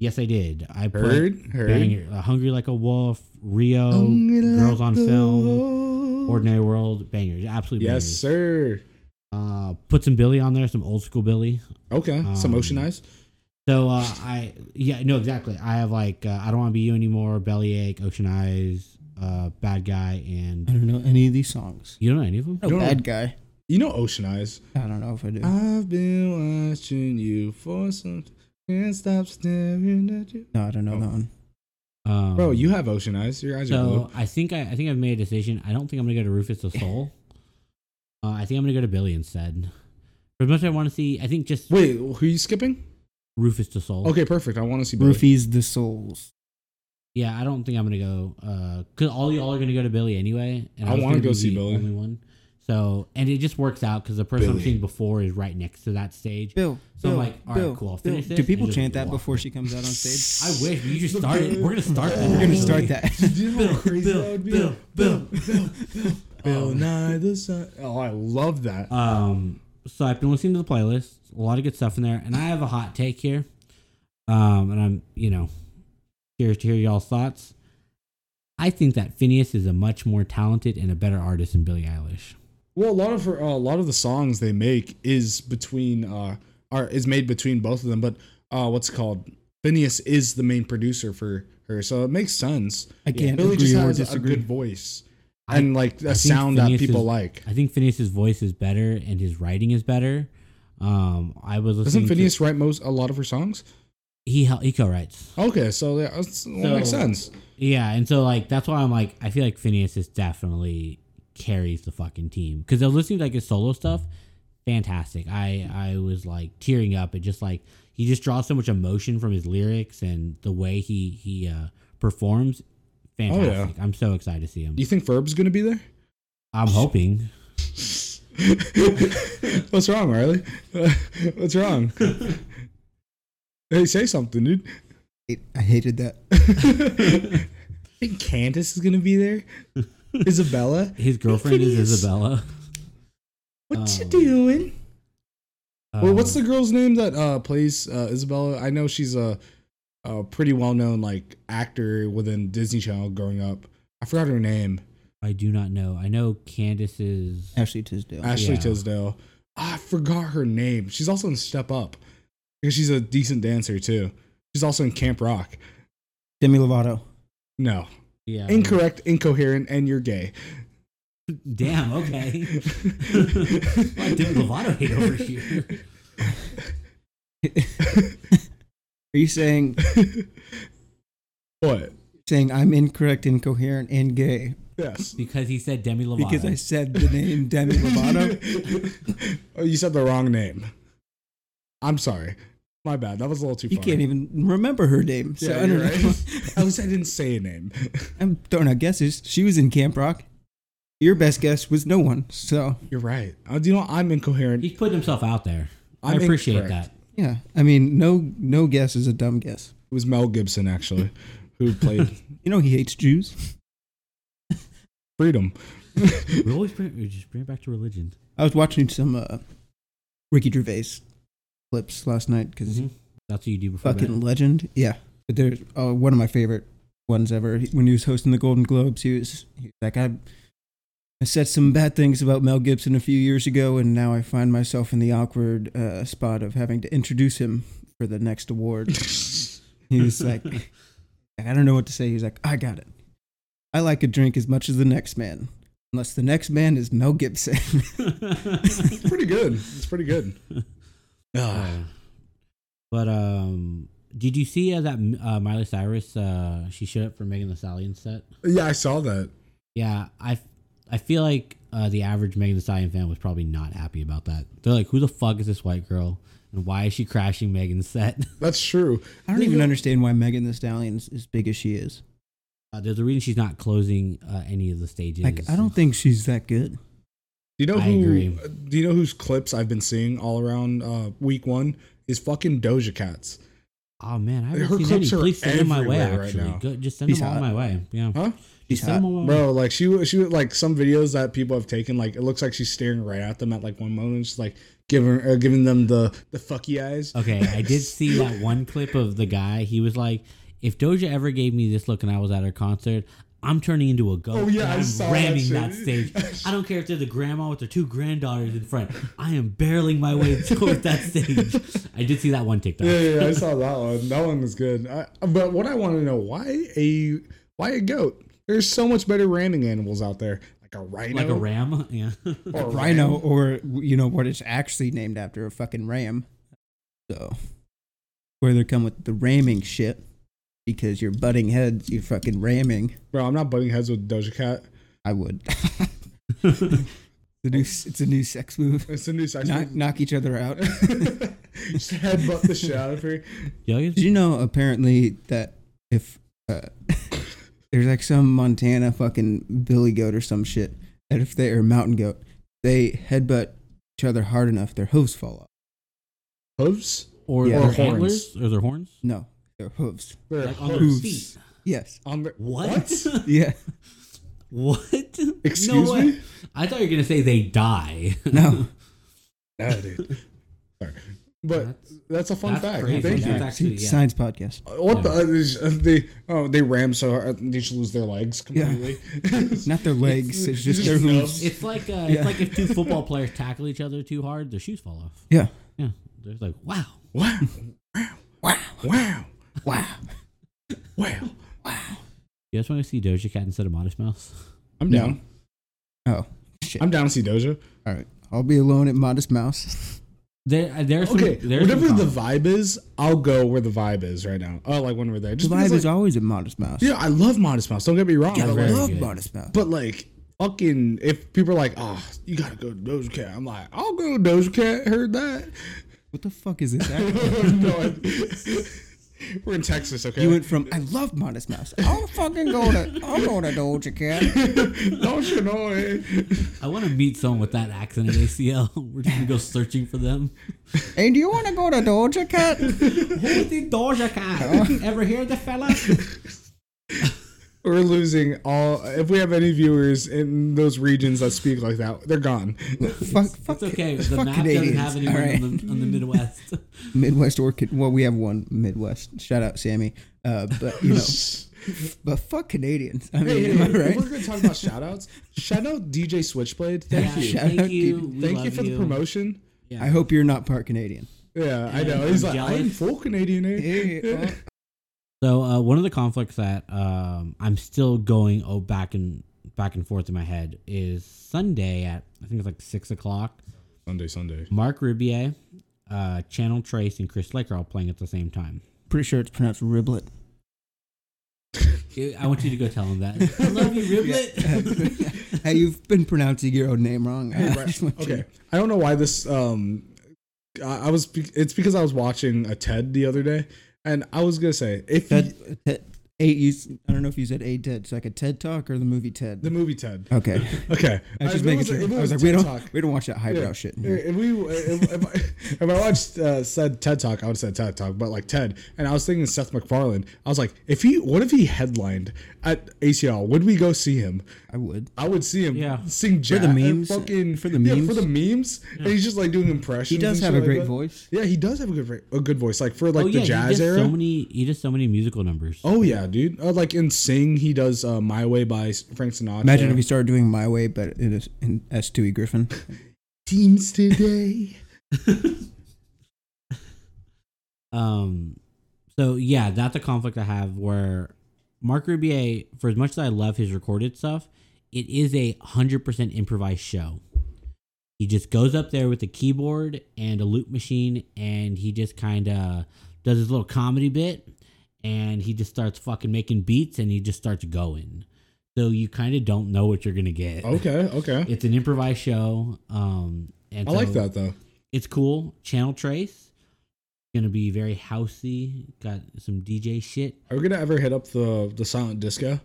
S3: Yes, I did. I put
S2: Heard, heard.
S3: Banger, uh, Hungry Like a Wolf, Rio, Girls on Film, Ordinary World, bangers, absolutely
S2: Yes,
S3: bangers.
S2: sir.
S3: Uh, put some Billy on there, some old school Billy.
S2: Okay, some
S3: Um,
S2: ocean eyes.
S3: So uh, I yeah no exactly I have like uh, I don't want to be you anymore bellyache ocean eyes uh, bad guy
S1: I
S3: and
S1: don't know any of these songs.
S3: you don't know any of them
S1: No Uh,
S2: You don't-
S1: bad guy.
S2: You know ocean eyes.
S1: I don't know if I do.
S2: I've been watching you for some. Can't stop staring at you.
S1: no, I don't know
S2: Oh.
S1: that one.
S3: um,
S2: Bro, you have ocean eyes. Your eyes are blue.
S3: so I think I, I think I've made a decision I don't think I'm gonna go to Rufus the Soul uh, I think I'm gonna go to Billy instead for as much as I want to see I think just
S2: Wait, who are you skipping?
S3: Rufus the Soul
S2: Okay, perfect. I want to see Billy.
S1: Roofies the Souls.
S3: yeah I don't think I'm gonna go uh, cause all y'all are gonna go to Billy anyway and
S2: I
S3: was
S2: wanna
S3: gonna
S2: go
S3: be
S2: see
S3: the
S2: Billy.
S3: only one so and it just works out because the person I'm
S2: Billy.
S3: seeing before is right next to that stage
S1: Bill.
S3: So I'm
S1: Bill,
S3: like, all right,
S1: Bill,
S3: cool, I'll
S1: Bill.
S3: finish this
S1: Do
S3: and
S1: people
S3: just
S1: chant that
S3: walk.
S1: before she comes out on stage?
S2: *laughs*
S3: I wish you just started. We're gonna start that.
S1: We're gonna start *laughs*
S3: *laughs*
S1: that.
S2: Do you know how crazy that would be?
S3: Bill, Bill, Oh,
S2: Bill, Oh, Bill, Bill Nye the Sun. Oh, I love that.
S3: Um, so I've been listening to the playlist. A lot of good stuff in there, and I have a hot take here. Um, and I'm you know curious to hear y'all's thoughts. I think that Phineas is a much more talented and a better artist than Billie Eilish.
S2: Well, a lot of her, uh, a lot of the songs they make is between uh are is made between both of them, but uh what's it called Phineas is the main producer for her, so it makes sense.
S1: I can't
S2: Billy
S1: agree
S2: just
S1: or
S2: has a
S1: disagree.
S2: good voice
S3: I-
S2: and like a
S3: I think
S2: sound that
S3: Phineas
S2: people
S3: is-
S2: like.
S3: I think Phineas's voice is better and his writing is better. Um, I was listening.
S2: Doesn't
S3: to-
S2: Phineas write most a lot of her songs?
S3: he hel- he co-writes.
S2: Okay, so yeah, that's, that makes
S3: So-
S2: sense.
S3: Yeah, and so like that's why I'm like I feel like Phineas is definitely carries the fucking team because I was listening to like his solo stuff, fantastic. I I was like tearing up. It just like he just draws so much emotion from his lyrics and the way he he uh, performs.
S2: Oh,
S3: Fantastic! I'm so excited to see him.
S2: You think Ferb's gonna be there?
S3: I'm hoping.
S2: *coughs* What's wrong, Riley? *laughs* What's
S3: *laughs*
S2: wrong? hey, say something, dude.
S1: I hated that.
S2: think Candace is gonna be
S3: *laughs*
S2: there. Isabella,
S3: His girlfriend is
S2: Phineas.
S3: Isabella.
S2: what you
S3: Um,
S2: doing? well, what's
S3: Um,
S2: the girl's name that uh, plays uh, Isabella? I know she's a, a pretty well-known like actor within Disney Channel. Growing up, I forgot her name.
S3: I do not know. I know Candace's.
S1: Ashley Tisdale.
S2: Ashley
S3: Yeah.
S2: Tisdale. Ah, I forgot her name. She's also in Step Up because she's a decent dancer too. She's also in Camp Rock.
S1: Demi Lovato.
S2: No,
S3: Yeah.
S2: incorrect, incoherent, and you're gay. *laughs*
S3: Damn. Okay. *laughs* Why Demi Lovato hate over here?
S1: *laughs* Are you saying
S2: What?
S1: saying I'm incorrect, incoherent, and gay
S2: Yes.
S3: Because he said Demi Lovato.
S1: because I said the name
S2: *laughs*
S1: Demi Lovato?
S2: oh, you said the wrong name. I'm sorry. My bad. That was a little too
S1: You
S2: far.
S1: can't even remember her name. So
S2: Yeah,
S1: I don't
S2: you're
S1: know.
S2: right. *laughs* At least I didn't say a name.
S1: *laughs*
S2: *laughs*
S1: I'm throwing out guesses. She was in Camp Rock. Your best guess was no one. So
S2: You're right. Uh, do you know what? I'm incoherent?
S3: He's putting himself out there. i
S2: I'm
S3: appreciate
S2: incorrect.
S3: that.
S1: yeah, I mean, no, no guess is a dumb guess.
S2: It was Mel Gibson actually, who played
S1: *laughs* You know he hates Jews.
S2: Freedom.
S3: We always bring, we just bring it back to religion.
S1: I was watching some uh, Ricky Gervais clips last night because
S3: Mhm. That's what you do before
S1: Mm-hmm. fucking
S3: bed.
S1: legend. Yeah, but there's uh, one of my favorite ones ever. He- When he was hosting the Golden Globes, he was, he was like, I, I said some bad things about Mel Gibson a few years ago, and now I find myself in the awkward uh, spot of having to introduce him for the next award. *laughs* he was like, I don't know what to say. He was like, I got it. I like a drink as much as the next man, unless the next man is Mel Gibson. *laughs*
S2: pretty
S3: *laughs*
S2: good. It's pretty good. Ah,
S3: Uh, but um, did you see uh, that uh, Miley Cyrus? Uh, she showed up for Megan Thee Stallion set.
S2: yeah, I saw that.
S3: Yeah, I I feel like uh, the average Megan Thee Stallion fan was probably not happy about that. They're like, "Who the fuck is this white girl, and why is she crashing Megan's set?" *laughs*
S2: That's true.
S1: I don't even understand why Megan Thee Stallion is as big as she is.
S3: Uh, there's a reason she's not closing uh, any of the stages.
S1: Like, I don't think she's that good.
S2: Do you know
S3: I
S2: who? uh,
S3: agree.
S2: Do you know whose clips I've been seeing all around uh, week one? Is fucking Doja Cat's.
S3: Oh man, I haven't
S2: Her
S3: seen
S2: clips
S3: any.
S2: are
S3: Please send them my way.
S2: everywhere right
S3: Actually,
S2: now.
S3: Go, just send
S1: She's
S3: them all
S1: hot.
S3: my way. Yeah,
S2: Huh?
S1: She's
S3: send them
S1: hot.
S3: all my way.
S2: Uh, Bro, like she she like some videos that people have taken, like it looks like she's staring right at them at like one moment, just like giving uh, giving them the the fucky eyes.
S3: Okay,
S2: *laughs*
S3: I did see that one clip of the guy. He was like, "If Doja ever gave me this look and I was at her concert." I'm turning into a goat.
S2: Oh, yeah,
S3: and
S2: I
S3: I'm
S2: saw that
S3: ramming
S2: shit.
S3: that,
S2: *laughs*
S3: stage. I don't care if there's a grandma with her two granddaughters in front. I am barreling my
S2: *laughs*
S3: way toward that stage. I did see that one TikTok.
S2: Yeah, yeah, I saw that one. That one was good. I, but what I want to know why a why a goat? There's so much better ramming animals out there, like a rhino,
S3: Like a ram.
S2: *laughs*
S3: Yeah.
S2: or a
S1: rhino or you know what it's actually named after a fucking ram so where they come with the ramming shit because you're butting heads you're fucking ramming
S2: Bro, I'm not butting heads with Doja Cat.
S1: i would *laughs* it's, a new, it's a new sex move
S2: It's a new sex.
S1: knock, knock each other
S2: *laughs*
S1: out
S2: Just headbutt the shit out of her.
S3: Yo, you-
S1: did you know apparently that if uh, *coughs* there's like some montana fucking billy goat or some shit that if they are mountain goat they headbutt each other hard enough their hooves fall off
S2: Hooves?
S3: or
S1: Yeah.
S3: their
S1: Or
S2: horns.
S3: antlers or their horns.
S1: no their hooves
S2: They're
S3: Like on their
S1: Hooves.
S3: feet.
S1: yes
S2: On their,
S3: What? *laughs*
S1: yeah
S3: What?
S2: Excuse
S3: way.
S2: me?
S3: I thought you were gonna say they die.
S1: No.
S2: No, dude. Sorry. But
S3: That's-
S2: that's, a fun
S3: that's
S2: fact.
S3: crazy.
S2: Thank
S3: That's
S2: you.
S3: actually- yeah.
S1: Science podcast.
S2: What the? Uh, they oh they ram so hard they should lose their legs completely.
S1: Not their legs. It's, just their
S2: just
S1: hooves.
S3: It's like uh,
S1: Yeah.
S3: it's like if two football players tackle each other too hard, their shoes fall off.
S1: Yeah.
S3: Yeah, they're like, wow,
S2: wow! Wow! Wow! Wow! Wow!
S3: you guys want to see Doja Cat instead of Modest Mouse? *laughs*
S2: I'm
S1: No.
S2: down.
S1: Oh shit.
S2: I'm down to see Doja.
S1: All right. I'll be alone at Modest
S2: *laughs*
S1: Mouse.
S3: There, uh, there's
S2: Okay,
S3: some, there's
S2: whatever
S3: some
S2: the vibe
S3: comments.
S2: is, I'll go where the vibe is right now. Oh, like when we're there.
S1: The
S2: Just
S1: vibe
S2: because,
S1: is
S2: like,
S1: always at Modest Mouse.
S2: yeah, I love Modest Mouse. Don't get me wrong.
S1: I
S2: but,
S3: very
S2: like,
S1: love
S3: good.
S1: Modest Mouse.
S2: but like, fucking, if people are like, oh, you gotta go to Doja Cat, I'm like, I'll go to Doja Cat. Heard that? *laughs*
S1: What the fuck is this? accent?
S2: No, I- *laughs* we're in Texas, okay?
S1: you went from I love Modest
S2: *laughs*
S1: Mouse. I'll fucking go to I'll go to Doja Cat.
S2: Don't you know it?
S3: I want to meet someone with that accent at ACL. *laughs* We're just gonna go searching for them.
S1: Hey, do you want to go to Doja
S2: *laughs*
S1: Cat?
S3: Who's the Doja Cat? *laughs* Ever hear the fella?
S2: We're losing all. If we have any viewers in those regions that speak like that, they're gone. *laughs*
S1: fuck, fuck,
S3: It's okay. The
S1: fuck
S3: map doesn't
S1: Canadians.
S3: have
S1: All
S3: anyone
S1: right.
S3: on, the, on the Midwest.
S1: *laughs* Midwest or Can- well, we have one Midwest. Shout out Sammy. Uh, but
S2: *laughs*
S1: you know, but fuck Canadians. I mean,
S2: Hey, hey,
S1: am I
S2: hey, if
S1: right?
S2: we're gonna talk about shout outs. Shout out DJ Switchblade. Thank
S3: Yeah,
S2: you.
S1: shout out
S3: Thank
S1: to
S3: you.
S1: you.
S3: We
S2: Thank
S3: love
S2: you for the promotion.
S3: Yeah.
S1: I hope you're not part Canadian.
S2: Yeah, I
S3: And
S2: know. He's
S3: I'm
S2: like, I'm
S3: jealous.
S2: full Canadian. Eh?
S1: Hey, oh,
S3: So uh, one of the conflicts that um, I'm still going oh back and back and forth in my head is Sunday at I think it's like six o'clock.
S2: *laughs* Sunday, Sunday.
S3: Mark Ribier, uh, Channel Trace, and Chris Laker are all playing at the same time.
S1: pretty sure it's pronounced riblet.
S3: I want you to go tell him that. *laughs* I love you,
S2: *laughs*
S3: Riblet.
S1: hey, you've been pronouncing your own name wrong.
S2: Hey,
S1: I
S2: Brad, *laughs*
S1: just want you-
S2: okay, I don't know why this. Um, I I was. be- It's because I was watching a TED the other day, and I was gonna say if you-
S1: Ted, Ted, eight, you, s- I don't know if you said a Ted, so like a TED talk or the movie Ted.
S2: the movie TED. *laughs*
S1: okay,
S2: Okay,
S1: Uh, I was
S2: If
S1: just
S2: it
S1: making
S2: was-
S1: sure.
S2: if it
S1: I was like,
S2: a
S1: we
S2: TED
S1: don't *laughs*
S2: Talk-
S1: we don't watch that highbrow
S2: Yeah.
S1: shit. in here.
S2: If we if, if, I, if I watched uh, said TED Talk, I would have said TED Talk, but like TED, and I was thinking Seth MacFarlane. I was like, if he, what if he headlined at ACL? Would we go see him?
S1: I would.
S2: I would see him.
S3: Yeah.
S2: sing jazz.
S1: the
S2: and
S1: memes?
S2: Fucking,
S1: For the
S2: Yeah,
S1: memes?
S2: for the memes. And he's just like doing impressions.
S1: He does
S2: and
S1: have
S2: shit
S1: a
S2: like
S1: great
S2: that.
S1: voice.
S2: Yeah, he does have a good vo- a good voice. Like for like
S3: oh
S2: the
S3: yeah, he
S2: jazz
S3: does
S2: era.
S3: so many. He does so many musical numbers.
S2: oh yeah, dude. Uh, like in Sing, he does uh, "My Way" by S- Frank Sinatra.
S1: Imagine if he started doing my way, but in, a, in S2E E Griffin.
S2: *laughs* teams today.
S3: Um, so yeah, that's a conflict I have where Mark Rubier, for as much as I love his recorded stuff, it is a hundred percent improvised show. He just goes up there with a keyboard and a loop machine, and he just kind of does his little comedy bit, and he just starts fucking making beats, and he just starts going. So you kind of don't know what you're gonna
S2: *laughs*
S3: get.
S2: Okay, okay.
S3: It's an improvised show. Um, and
S2: I like
S3: so-
S2: that though.
S3: it's cool. Channel Trace gonna be very housey. Got some DJ shit.
S2: Are we gonna ever hit up the the silent disco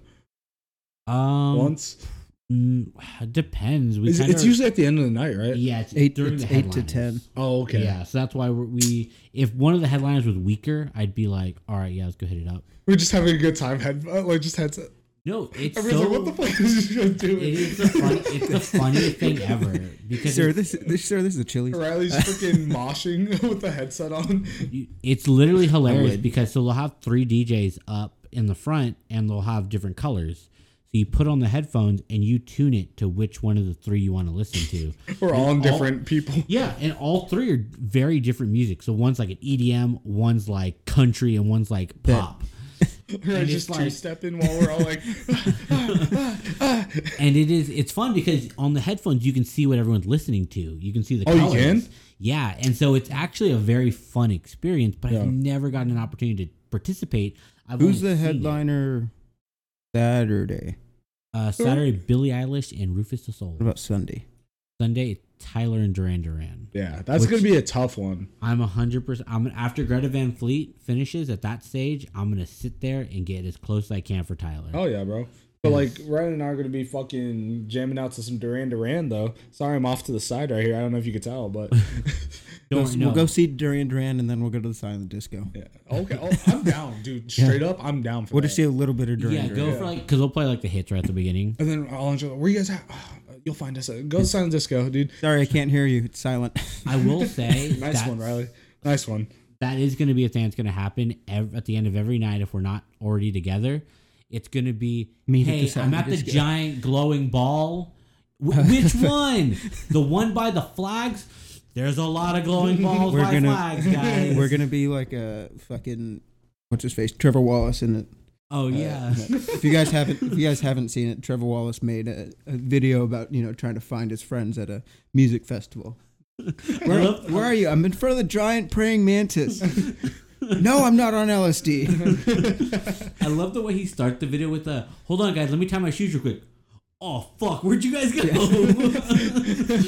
S3: Um,
S2: once?
S3: mm, depends. We
S2: Is it-
S3: kinda-
S2: it's usually at the end of the night, right?
S3: yeah, it's
S1: Eight-
S3: during
S1: it's
S3: the
S1: eight to
S3: headliners.
S1: 10.
S2: Oh, okay.
S3: Yeah, so that's why we're, we. If one of the headliners was weaker, I'd be like, all right, yeah, let's go hit it up.
S2: We're just having a good time. Head uh, like just headset.
S3: No, it's so.
S2: Everyone's like, what the fuck is this guy
S3: it
S2: doing?
S3: is the fun, it's
S2: *laughs*
S3: the funniest thing ever because
S1: sir,
S3: it's,
S1: this, this sir, this is a Chili's.
S2: Riley's *laughs* freaking moshing with the headset on.
S3: you- it's literally hilarious
S1: would.
S3: because so they'll have three DJs up in the front and they'll have different colors. So you put on the headphones and you tune it to which one of the three you want to listen
S2: *laughs*
S3: to.
S2: We're all in different *laughs* people.
S3: Yeah, and all three are very different music. So one's like an EDM, one's like country, and one's like pop.
S2: We're
S3: it's
S2: just
S3: like-
S2: two stepping while we're all like,
S3: And it is it's fun because on the headphones you can see what everyone's listening to. You can see the
S2: Oh, you
S3: colors.
S2: can?
S3: Yeah, and so it's actually a very fun experience. But
S2: Yeah.
S3: I've never gotten an opportunity to participate. I've
S1: Who's
S3: only
S1: the
S3: seen it.
S1: headliner Saturday?
S3: Uh, Saturday, Billie Eilish and Rufus the Soul.
S1: What about Sunday?
S3: Sunday, Tyler and Duran Duran.
S2: *laughs* yeah, that's
S3: Which-
S2: gonna be a tough one.
S3: I'm hundred percent. I'm after Greta Van Fleet finishes at that stage. I'm gonna sit there and get as close as I can for Tyler.
S2: Oh yeah, bro. But like Ryan and I are gonna be fucking jamming out to some Duran Duran though. Sorry, I'm off to the side right here. I don't know if you could tell, *laughs* but
S3: Don't
S1: We'll-
S3: know.
S1: We'll go see Duran Duran, and then we'll go to the silent disco.
S2: yeah. Okay, oh, I'm down, dude. Straight up, I'm down for
S1: We'll
S2: that.
S1: just see a little bit of Duran
S3: yeah,
S1: Duran.
S3: go for like because they'll play like the hits right at
S1: *laughs*
S3: the beginning.
S2: And then I'll enjoy. Where you guys at? *sighs* Oh, you'll find us. Go to Silent Disco, dude.
S1: Sorry, I can't hear you. It's silent. *laughs*
S3: I will say
S2: Nice
S3: that's-
S2: one, Riley. Nice one.
S3: that is going to be a thing that's going to happen ev- at the end of every night if we're not already together. It's going to be,
S1: Meet at
S3: hey,
S1: the side
S3: I'm
S1: of
S3: at
S1: the
S3: the
S1: disco."
S3: giant glowing ball.
S1: *laughs*
S3: Wh- which one? the one by the flags? There's a lot of glowing balls
S1: We're
S3: by
S1: gonna-
S3: flags,
S1: *laughs*
S3: guys.
S1: We're gonna be like a fucking what's his face, Trevor Wallace, in it.
S3: oh,
S1: Uh, *laughs*
S3: yeah.
S1: if you guys haven't, if you guys haven't seen it, Trevor Wallace made a, a video about you know trying to find his friends at a music
S3: *laughs*
S1: festival. Where,
S3: love-
S1: where are you? I'm in front of the giant praying mantis.
S3: *laughs*
S1: no, I'm not on LSD.
S3: I love the way he starts the video with a, hold on, guys, let me tie my shoes real quick. Oh, fuck, where'd you guys go?
S1: *laughs*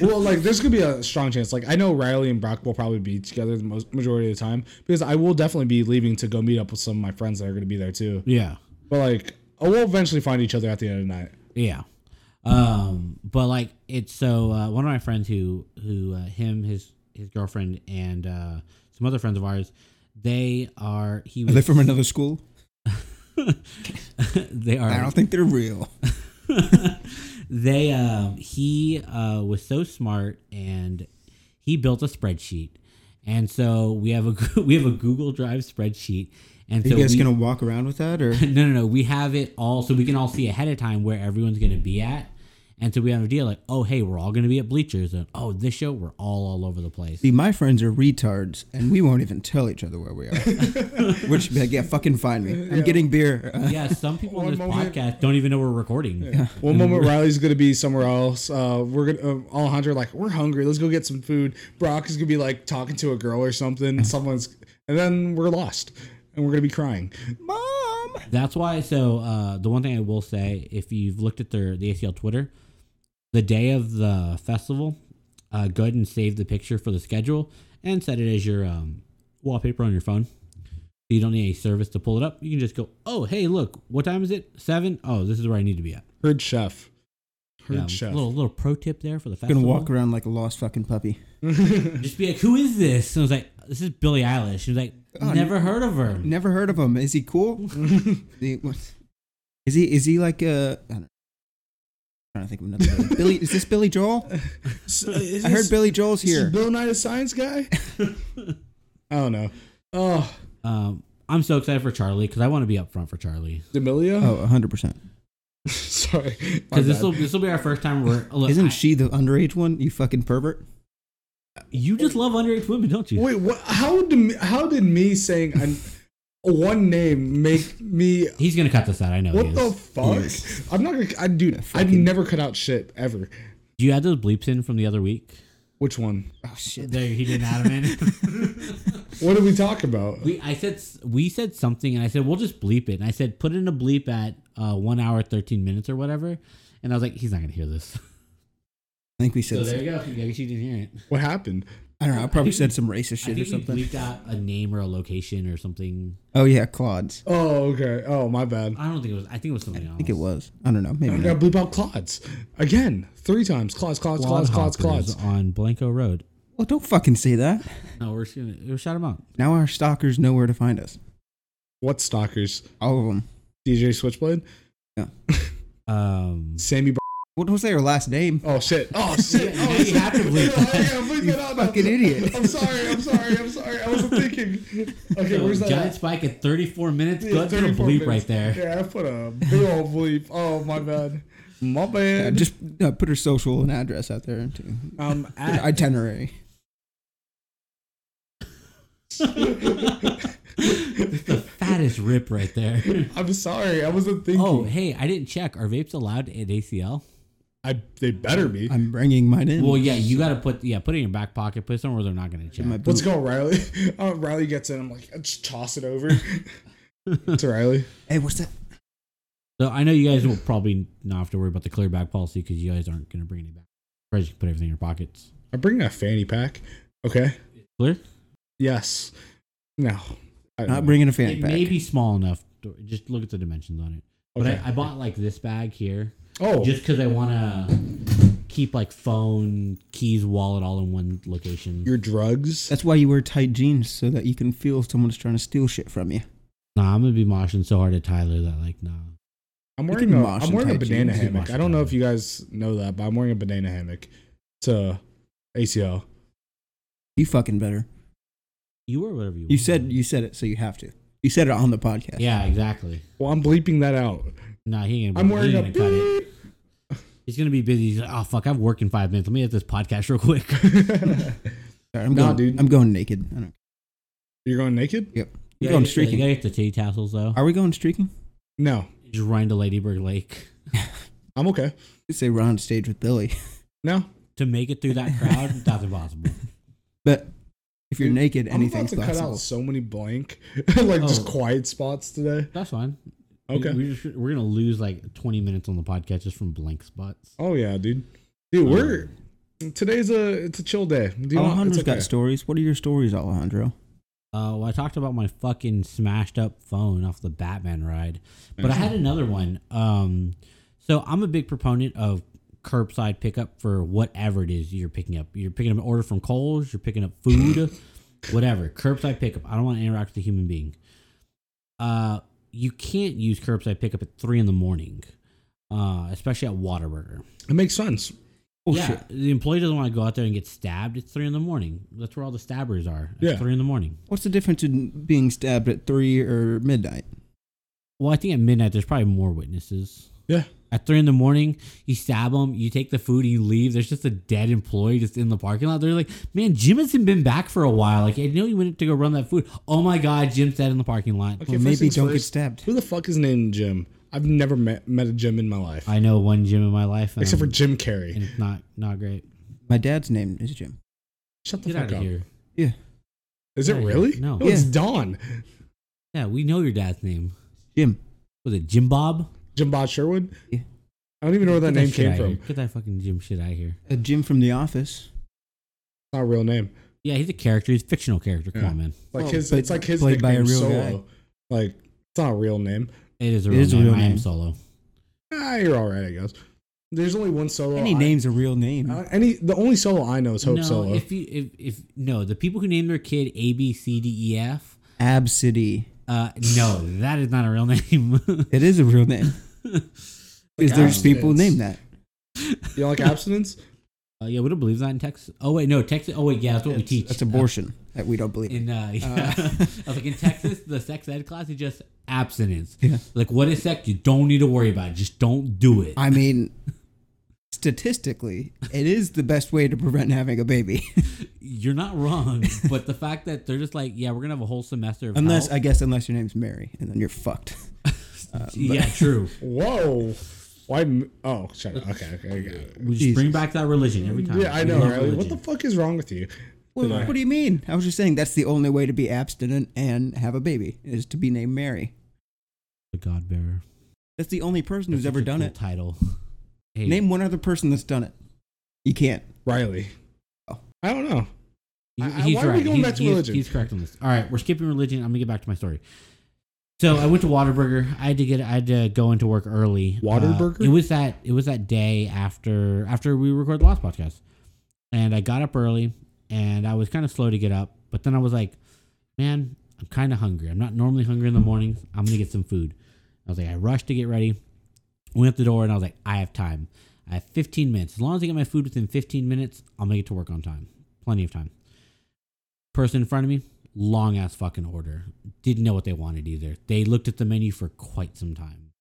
S2: Well, like there's gonna be a strong chance. Like I know Riley and Brock will probably be together the most majority of the time because I will definitely be leaving to go meet up with some of my friends that are gonna be there too.
S3: *laughs* yeah.
S2: But like, oh, we'll eventually find each other at the end of the night.
S3: Yeah. Um, but like it's so uh, one of my friends who who uh, him his his girlfriend and uh, some other friends of ours, they are he
S1: Are
S3: was
S1: they from another school?
S3: they
S1: I
S3: are
S1: don't think they're *laughs* real.
S3: they um he uh was so smart and he built a spreadsheet. And so we have a *laughs* Goo- we have a Google Drive spreadsheet and
S1: Are
S3: so
S1: you guys
S3: we,
S1: gonna walk around with that, or
S3: *laughs* no no no we have it all so we can all see ahead of time where everyone's going to be at and so we have a deal like oh hey we're all going to be at bleachers and oh this show we're all all over the
S1: *laughs*
S3: place
S1: see, my friends are retards, and we won't even tell each other where we
S3: *laughs*
S1: are. Which should be like, yeah, fucking find me. I'm getting beer. Uh,
S3: yeah some people on
S2: One
S3: this
S2: moment.
S3: podcast don't even know we're recording
S2: One
S3: Mm-hmm.
S2: moment Riley's gonna be somewhere else. Uh, we're gonna uh, Alejandro like we're hungry. Let's go get some food. Brock is gonna be like talking to a girl or
S3: *laughs*
S2: something. Someone's and then we're lost and we're gonna be crying.
S1: Mom.
S3: that's why so uh, the one thing i will say if you've looked at their the acl twitter the day of the festival uh, go ahead and save the picture for the schedule and set it as your um, wallpaper on your phone so you don't need any service to pull it up you can just go oh hey look what time is it seven oh this is where i need to be at
S2: Heard chef. Heard
S3: Yeah,
S2: chef. *laughs*
S3: little *laughs* little pro tip there for the festival.
S1: Gonna walk around like a lost fucking puppy.
S3: Just be like, who is this? And I was like, this is Billie Eilish. She was like,
S1: Oh,
S3: never heard of her.
S1: Never heard of him. Is he cool? He- what- is he is he like a? I don't know. I'm trying to think of another. Billy. Billy is this Billy
S3: *laughs*
S1: Joel?
S3: uh,
S1: I heard Billy Joel's here.
S2: Bill Nye the Science
S3: *laughs*
S2: Guy. I don't know. Oh,
S3: Um, I'm so excited for Charlie because I want to be up front for Charlie
S2: D'Amelio.
S1: Oh, 100 percent.
S2: *laughs* Sorry. My
S3: because this
S2: bad.
S3: will this will be our first time. Where look,
S1: *laughs* Isn't
S3: I-
S1: she the underage one? You fucking pervert.
S3: You just love underage women, don't you?
S2: Wait, what? How did how did me saying an, one name make me?
S3: He's gonna cut this out. I know. he
S2: What
S3: is.
S2: the fuck? I'm not gonna. I, dude, I've
S1: fucking-
S2: never cut out shit ever.
S3: Do you add those bleeps in from the other week?
S2: Which one?
S1: Oh shit.
S3: *laughs* There, he didn't add them in.
S2: What did we talk about?
S3: *laughs* we I said s- we said something, and I said we'll just bleep it. And I said put in a bleep at uh, one hour thirteen minutes or whatever. And I was like, he's not gonna hear this.
S1: I think we
S3: So
S1: said.
S3: there you go. I guess you didn't hear it.
S2: What happened?
S1: I don't know. I probably said some racist
S3: I
S1: shit or
S3: think
S1: something.
S3: we bleeped out a name or a location or something.
S1: Oh yeah, Claude's.
S2: Oh, okay. Oh, my bad.
S3: I don't think it was. I think it was something else.
S1: I think it was. I don't know. Maybe
S2: I
S1: not.
S2: gotta bleep out Clods again, three times. Clods, Clods, Clods, Clods, Clods.
S3: on Blanco Road.
S1: Well, don't fucking say that.
S3: No, we're just gonna we'll shout him out.
S1: Now our stalkers know where to find us.
S2: What stalkers?
S1: All of them.
S2: DJ Switchblade, *laughs*
S3: Um,
S2: Sammy. Br-
S1: What was their last name?
S2: oh shit! *laughs* Oh shit!
S3: Yeah,
S2: Oh,
S3: now you
S2: shit.
S3: have to
S2: *laughs*
S3: bleep *laughs*
S2: Yeah, I
S3: that.
S2: gotta bleep that out now.
S1: Fucking idiot.
S2: I'm sorry. I'm sorry. I'm sorry. I wasn't thinking. Okay,
S3: so
S2: where's that?
S3: Giant
S2: at?
S3: Spike at 34 minutes.
S2: Yeah,
S3: Go ahead and
S2: 34
S3: bleep
S2: minutes.
S3: right there.
S2: Yeah, I put a big old bleep. Oh my bad. My
S1: Uh,
S2: bad.
S1: just uh, put her social and address out there too.
S2: um
S1: Her
S2: at
S1: itinerary.
S3: That's the fattest rip right
S2: *laughs*
S3: there.
S2: I'm sorry, I wasn't thinking.
S3: Oh, hey, I didn't check. Are vapes allowed at ACL?
S2: I they better be.
S1: I'm bringing mine in.
S3: Well, yeah, you gotta put yeah, put it in your back pocket. Put it somewhere they're not gonna check.
S1: my
S2: Let's go, Riley. *laughs* Uh, Riley gets in. I'm like, I just toss it over to Riley.
S1: Hey, what's that?
S3: *laughs* So I know you guys will probably not have to worry about the clear bag policy because you guys aren't gonna bring any back. Or you can put everything in your pockets.
S2: I bring a fanny pack. Okay.
S3: Clear?
S2: Yes. No. I
S1: Not
S2: don't know.
S1: bringing a fanny
S3: it
S1: pack.
S3: may be small enough. To, just look at the dimensions on it.
S2: Okay.
S3: But I, I bought like this bag here
S2: oh,
S3: just because I want to keep like phone, keys, wallet all in one location.
S2: your drugs.
S1: That's why you wear tight jeans so that you can feel someone's trying to steal shit from you.
S3: nah, I'm gonna be moshing so hard at Tyler that like nah.
S2: I'm
S1: you
S2: wearing
S1: can
S2: a,
S1: mosh
S2: I'm
S1: in
S2: wearing a
S1: tight jeans.
S2: banana
S1: You
S3: can
S2: hammock.
S3: mosh
S2: I
S3: in
S2: don't
S3: tight
S2: know if you guys know that, but I'm wearing a banana hammock to ACL.
S1: You fucking better.
S3: You were whatever you.
S1: You
S3: were.
S1: said you said it, so you have to. You said it on the podcast.
S3: Yeah, exactly.
S2: Well, I'm bleeping that out.
S3: Nah, he ain't.
S2: I'm
S3: Gonna,
S2: wearing
S3: he
S2: a
S3: ain't gonna cut it.
S2: beep.
S3: He's gonna be busy. He's like, oh fuck, I've worked in five minutes. Let me hit this podcast
S1: *laughs*
S3: real quick.
S1: Sorry, I'm
S2: Nah,
S1: going,
S2: dude.
S1: I'm going naked. I don't,
S2: *laughs* You're going naked?
S1: yep. I'm
S3: You
S1: going
S3: gotta-
S1: streaking.
S3: You gotta get the tea tassels though.
S1: Are we going streaking?
S2: No,
S3: Just run to Ladybird Lake
S2: I'm okay.
S1: You say we're on stage with Billy, *laughs*
S2: No,
S3: to make it through that crowd. that's impossible.
S1: but if you're
S2: Dude,
S1: naked,
S2: I'm about
S1: anything's
S2: to cut out
S1: possible.
S2: so many blank, *laughs* like just
S3: Oh.
S2: quiet spots today.
S3: That's fine. We-
S2: Okay.
S3: We, just, we're gonna lose like 20 minutes on the podcast just from blank spots.
S2: Oh yeah, dude. Dude,
S3: Um,
S2: we're today's a it's a chill day. Do you want?
S1: Alejandro's
S2: It's okay.
S1: Oh, got stories. What are your stories, Alejandro?
S3: Uh, well, I talked about my fucking smashed up phone off the Batman ride, but I had
S1: Mm-hmm.
S3: another one. Um, so I'm a big proponent of curbside pickup for whatever it is you're picking up. You're picking up an order from Coles, you're picking up
S1: *laughs*
S3: food, whatever. Curbside pickup. I don't want to interact with a human being. Uh, you can't use curbside pickup at three in the morning, uh, especially at Waterburger.
S2: It makes sense.
S1: Oh
S3: yeah,
S1: shit!
S3: the employee doesn't want to go out there and get stabbed. It's three in the morning. That's where all the stabbers are. It's
S2: Yeah.
S3: three in the morning.
S1: What's the difference in being stabbed at three or midnight?
S3: Well, I think at midnight there's probably more witnesses.
S2: Yeah.
S3: At three in the morning, you stab them, you take the food, you leave. There's just a dead employee just in the parking lot. They're like, "Man, Jim hasn't been back for a while. Like, I know you went to go run that food. Oh my god, Jim's dead in the parking lot."
S2: Okay,
S1: Well,
S2: first
S1: maybe
S2: things
S1: don't get
S2: first,
S1: stabbed.
S2: Who the fuck is named Jim? I've never met met a Jim in my life,
S3: I know one Jim in my life, um,
S2: except for Jim
S3: and
S2: Carrey.
S3: it's not not great.
S1: My dad's name is Jim.
S2: Shut the
S3: Get out
S2: fuck
S3: of
S2: up.
S3: here.
S1: Yeah.
S2: Is it
S3: Yeah, yeah.
S2: really? Oh,
S3: No.
S2: it's
S1: Yeah.
S2: Don.
S3: Yeah, we know your dad's name.
S1: Jim.
S3: Was it Jim Bob?
S2: Jim Bob Sherwood.
S1: Yeah.
S2: I don't even know where that
S3: Get
S2: name
S3: shit
S2: came
S3: outta
S2: from.
S3: here. Get that fucking Jim shit out of here.
S1: A Uh, Jim from The Office.
S2: It's not a real name.
S3: Yeah, he's a character. He's a fictional character. Come
S2: Yeah.
S3: on, man.
S2: Like
S1: Well,
S2: his,
S1: but
S2: it's like his
S1: played by a
S2: nickname
S1: real
S2: solo. Like it's not a real name.
S3: It is a
S1: It
S3: real,
S1: is a
S3: name.
S1: real
S3: I am
S1: name.
S3: solo.
S2: Ah, you're all right, I guess. There's only one solo.
S1: Any
S2: I-
S1: name's a real name.
S2: Uh, any the only solo I know is Hope
S3: no,
S2: Solo.
S3: if you if if no, the people who name their kid A B C D E F.
S1: Ab City.
S3: Uh, no, that is not a real *laughs* name. Uh,
S1: It is a real *laughs* name. Because there's people
S2: abstinence.
S1: named that.
S2: you don't like abstinence?
S3: uh, yeah, we don't believe that in Texas. Oh wait, no, Texas. Oh wait, yeah, that's what we teach.
S1: That's abortion that we don't believe. in.
S3: *laughs* In uh, *laughs* yeah. I was like in Texas, the sex ed class is just abstinence.
S1: Yeah.
S3: Like what is sex? You don't need to worry about it. Just don't do it.
S1: I mean, statistically, it is the best way to prevent having a baby.
S3: You're not wrong, but the fact that they're just like, yeah, we're gonna have a whole semester
S1: *laughs*
S3: of
S1: unless,
S3: health.
S1: I guess, unless your name's Mary, and then you're fucked.
S3: *laughs*
S1: *laughs*
S3: yeah, true.
S2: Whoa. Why? m- Oh, shut up. Okay, okay, I got it.
S3: We just
S1: Jesus.
S3: bring back that religion every time.
S2: Yeah, I
S3: We
S2: know.
S3: love
S2: Right? What
S3: religion.
S2: the fuck is wrong with you?
S1: Well, what do you mean? I was just saying that's the only way to be abstinent and have a baby is to be named Mary.
S3: the God bearer.
S1: That's the only person who's
S3: That's
S1: ever
S3: such a
S1: done
S3: cool
S1: it.
S3: Title. Hey,
S1: Name one other person that's done it. You can't.
S2: Riley.
S1: Oh.
S2: I don't know.
S3: he-
S2: I- I-
S3: he's
S2: why are we
S3: right.
S2: going
S3: he's,
S2: back to
S3: he's-
S2: religion?
S3: he's correct on this. All right, we're skipping religion. I'm gonna get back to my story. So I went to Waterburger. I had to get. I had to go into work early. Uh,
S2: Whataburger?
S3: it was that. It was that day after after we recorded the last podcast, and I got up early, and I was kind of slow to get up, but then I was like, man, I'm kind of hungry. I'm not normally hungry in the mornings. I'm gonna get some food. I was like, I rushed to get ready, went up the door, and I was like, I have time. I have 15 minutes. As long as I get my food within 15 minutes, I'll make it to work on time. Plenty of time. Person in front of me, long ass fucking order. Didn't know what they wanted either. They looked at the menu for quite some time.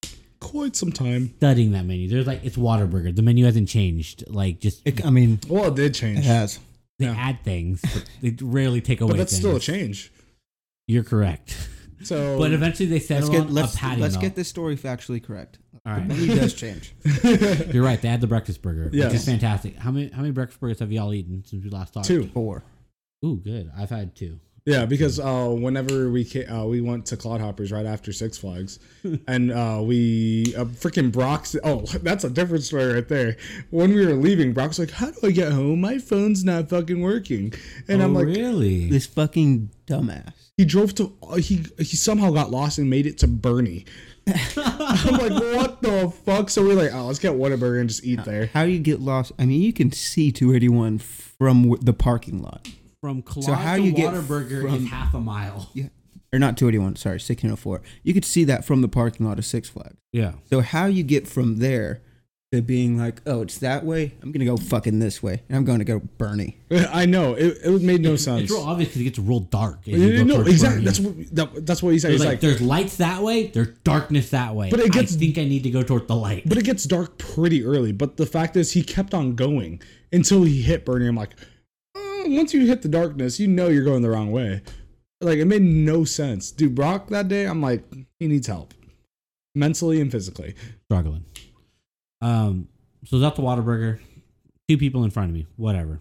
S2: Quite some time.
S3: Studying that menu. There's like, it's Waterburger. The menu hasn't changed. Like, just
S1: It, I mean,
S2: Well, it did change,
S1: it has.
S2: *laughs*
S3: they
S2: yeah.
S3: add things, but they rarely take away
S2: but that's
S3: things.
S2: still a change.
S3: You're correct. *laughs*
S2: So,
S3: But eventually they
S1: Let's
S3: settle
S1: get
S3: on
S1: let's,
S3: a patty
S1: let's
S3: melt.
S1: get this story factually correct.
S3: All
S1: The *laughs*
S3: right.
S1: menu does change.
S3: You're right. They had the breakfast burger, which
S2: Yes.
S3: is fantastic. How many how many breakfast burgers have y'all eaten since we last talked?
S2: two.
S1: Four.
S3: Ooh, good. I've had two.
S2: Yeah, because uh, whenever we ca- uh, we went to Clodhoppers right after Six
S3: *laughs*
S2: Flags, and uh, we uh, freaking Brock's. Oh, *laughs* that's a different story right there. When we were leaving, Brock's like, "How do I get home? My phone's not fucking working." And I'm
S3: Oh,
S2: like,
S3: really?
S1: This fucking dumbass.
S2: he drove to uh, he he somehow got lost and made it to
S3: *laughs*
S2: Bernie. I'm like, what the fuck? So we're like, oh, let's get Whataburger and just eat there. *laughs*
S1: How you get lost? I mean, you can see 281 from w- the parking lot.
S3: from Claude
S1: how
S3: to
S1: you get
S3: Waterburger
S1: from-
S3: is half a mile.
S1: Yeah. Or not 281, sorry, 1604. You could see that from the parking lot of Six Flags.
S3: Yeah.
S1: So how you get from there to being like, oh, it's that way. I'm gonna go fucking this way, and I'm gonna go Bernie.
S2: I know it. It made no sense.
S3: It's real obvious because it gets real dark. as you
S2: Yeah,
S3: go
S2: no,
S3: towards
S2: exactly.
S3: Bernie.
S2: That's what that, that's what he said.
S3: There's
S2: He's
S3: like,
S2: like,
S3: there's lights that way, there's darkness that way.
S2: But it gets-
S3: I think I need to go toward the light.
S2: but it gets dark pretty early. But the fact is, he kept on going until he hit Bernie. I'm like, "Oh, once you hit the darkness, you know you're going the wrong way. Like it made no sense, dude. Brock that day, I'm like, he needs help, mentally and physically.
S3: struggling. Um, so that's the Whataburger. Two people in front of me, whatever.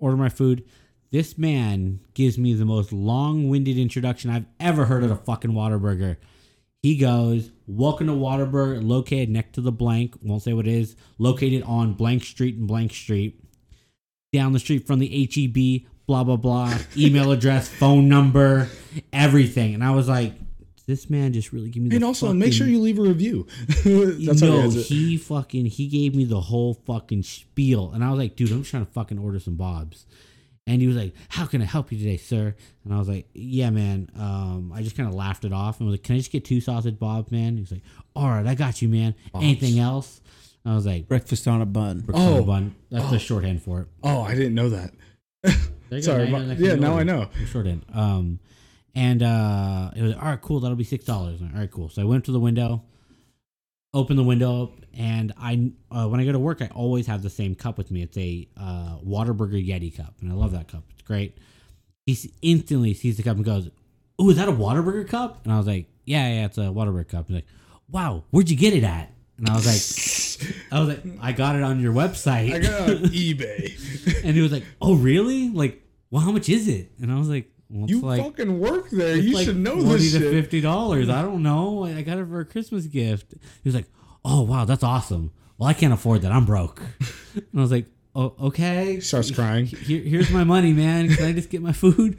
S3: Order my food. This man gives me the most long-winded introduction I've ever heard at a fucking Whataburger. He goes, "Welcome to Whataburger, located next to the blank. Won't say what it is. Located on blank street and blank street, down the street from the HEB. Blah blah blah.
S2: *laughs*
S3: Email address, phone number, everything." And I was like, "This man just really give me."
S2: And
S3: the
S2: also, make
S3: fucking-
S2: sure you leave a *laughs* review. that's how he
S3: no,
S2: ends it.
S3: he fucking he gave me the whole fucking spiel, and I was like, dude, I'm just trying to fucking order some bobs. And he was like, "How can I help you today, sir?" And I was like, "Yeah, man." Um, I just kind of laughed it off and was like, "Can I just get two sausage bobs, man?" He's like, "All right, I got you, man. Anything else?" And I was like,
S1: Breakfast on a bun.
S3: "Oh, bun. That's the shorthand for it."
S2: Oh, I didn't know that.
S3: There you go.
S2: Sorry,
S3: you
S2: but-
S3: that
S2: yeah,
S3: can be
S2: now I
S3: ordered.
S2: know.
S3: Shorthand. Um, and uh, it was all right. Cool. That'll be six dollars. All right, cool. So I went to the window, opened the window up, and I uh, when I go to work, I always have the same cup with me. It's a uh, Waterburger Yeti cup, and I love that cup. It's great. He s- instantly sees the cup and goes, "Ooh, is that a Waterburger cup?" And I was like, "Yeah, yeah, it's a Waterburger cup." He's like, "Wow, where'd you get it at?" And I was like, "I was like, I got it on your
S2: *laughs*
S3: website."
S2: I got it on eBay. *laughs*
S3: And he was like, "Oh, really? Like, well, how much is it?" And I was like, well, it's
S2: You
S3: like,
S2: fucking work there.
S3: it's
S2: You
S3: like
S2: should know
S3: 40
S2: this
S3: to
S2: shit.
S3: fifty dollars. I don't know. I I got it for a Christmas gift." He was like, "Oh, wow, that's awesome. Well, I can't afford that. I'm broke." *laughs* and I was like, "Oh, okay.
S2: Starts *laughs* crying.
S3: Here, here's my money, man. Can I just get my food?"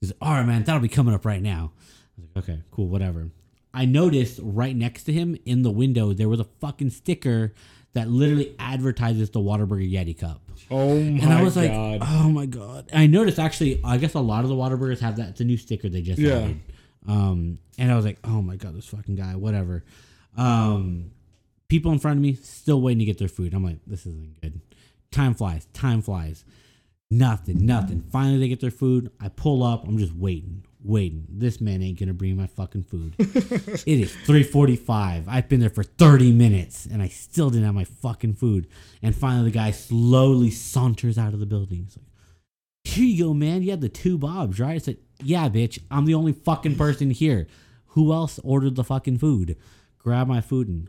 S3: He's like, "All right, man. That'll be coming up right now." I was like, "Okay, cool, whatever." I noticed right next to him in the window there was a fucking sticker that literally advertises the Waterburger Yeti cup.
S2: Oh my
S3: And I was like,
S2: god.
S3: oh my god. And I noticed actually, I guess a lot of the Whataburgers have that. It's a new sticker they just
S2: Yeah.
S3: added. Um, and I was like, oh my god, this fucking guy, whatever. Um, people in front of me still waiting to get their food. I'm like, this isn't good. Time flies, time flies. Nothing, nothing. Finally, they get their food. I pull up. I'm just waiting, waiting. This man ain't gonna bring my fucking food. it is 3:45. I've been there for 30 minutes, and I still didn't have my fucking food. And finally, the guy slowly saunters out of the building. He's like, "Here you go, man. You had the two bobs, right?" I said, "Yeah, bitch. I'm the only fucking person here. Who else ordered the fucking food? Grab my food and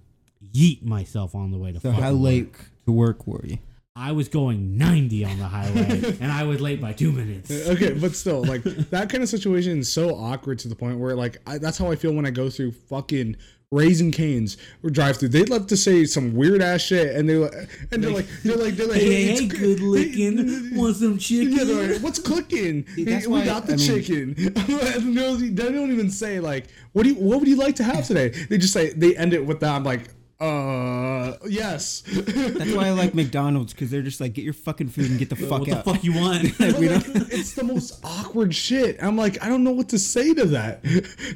S3: yeet myself on the way to."
S1: So
S3: fucking
S1: how
S3: work.
S1: late to work were you?
S3: I was going 90 on the
S1: *laughs*
S3: highway, and I was late by two minutes.
S2: okay, but still, like that kind of situation is so awkward to the point where, like, I, that's how I feel when I go through fucking raising canes or drive through. They love to say some weird ass shit, and they like, and they're like, they're like, they're like,
S3: Hey,
S2: it's
S3: hey,
S2: cr-
S3: good looking. Want some chicken?
S2: *laughs* Yeah, they're like, what's clicking?
S1: that's
S2: we
S1: why-
S2: got the
S1: I mean-
S2: chicken. *laughs* And no, they don't even say like, what do you, what would you like to have today? They just say they end it with that. I'm like, uh, yes. *laughs*
S1: That's why I like McDonald's because they're just like, get your fucking food and get the fuck
S3: what
S1: out.
S3: the fuck
S1: *laughs*
S3: you want?
S2: But, like, *laughs* it's the most awkward shit. I'm like, I don't know what to say to that.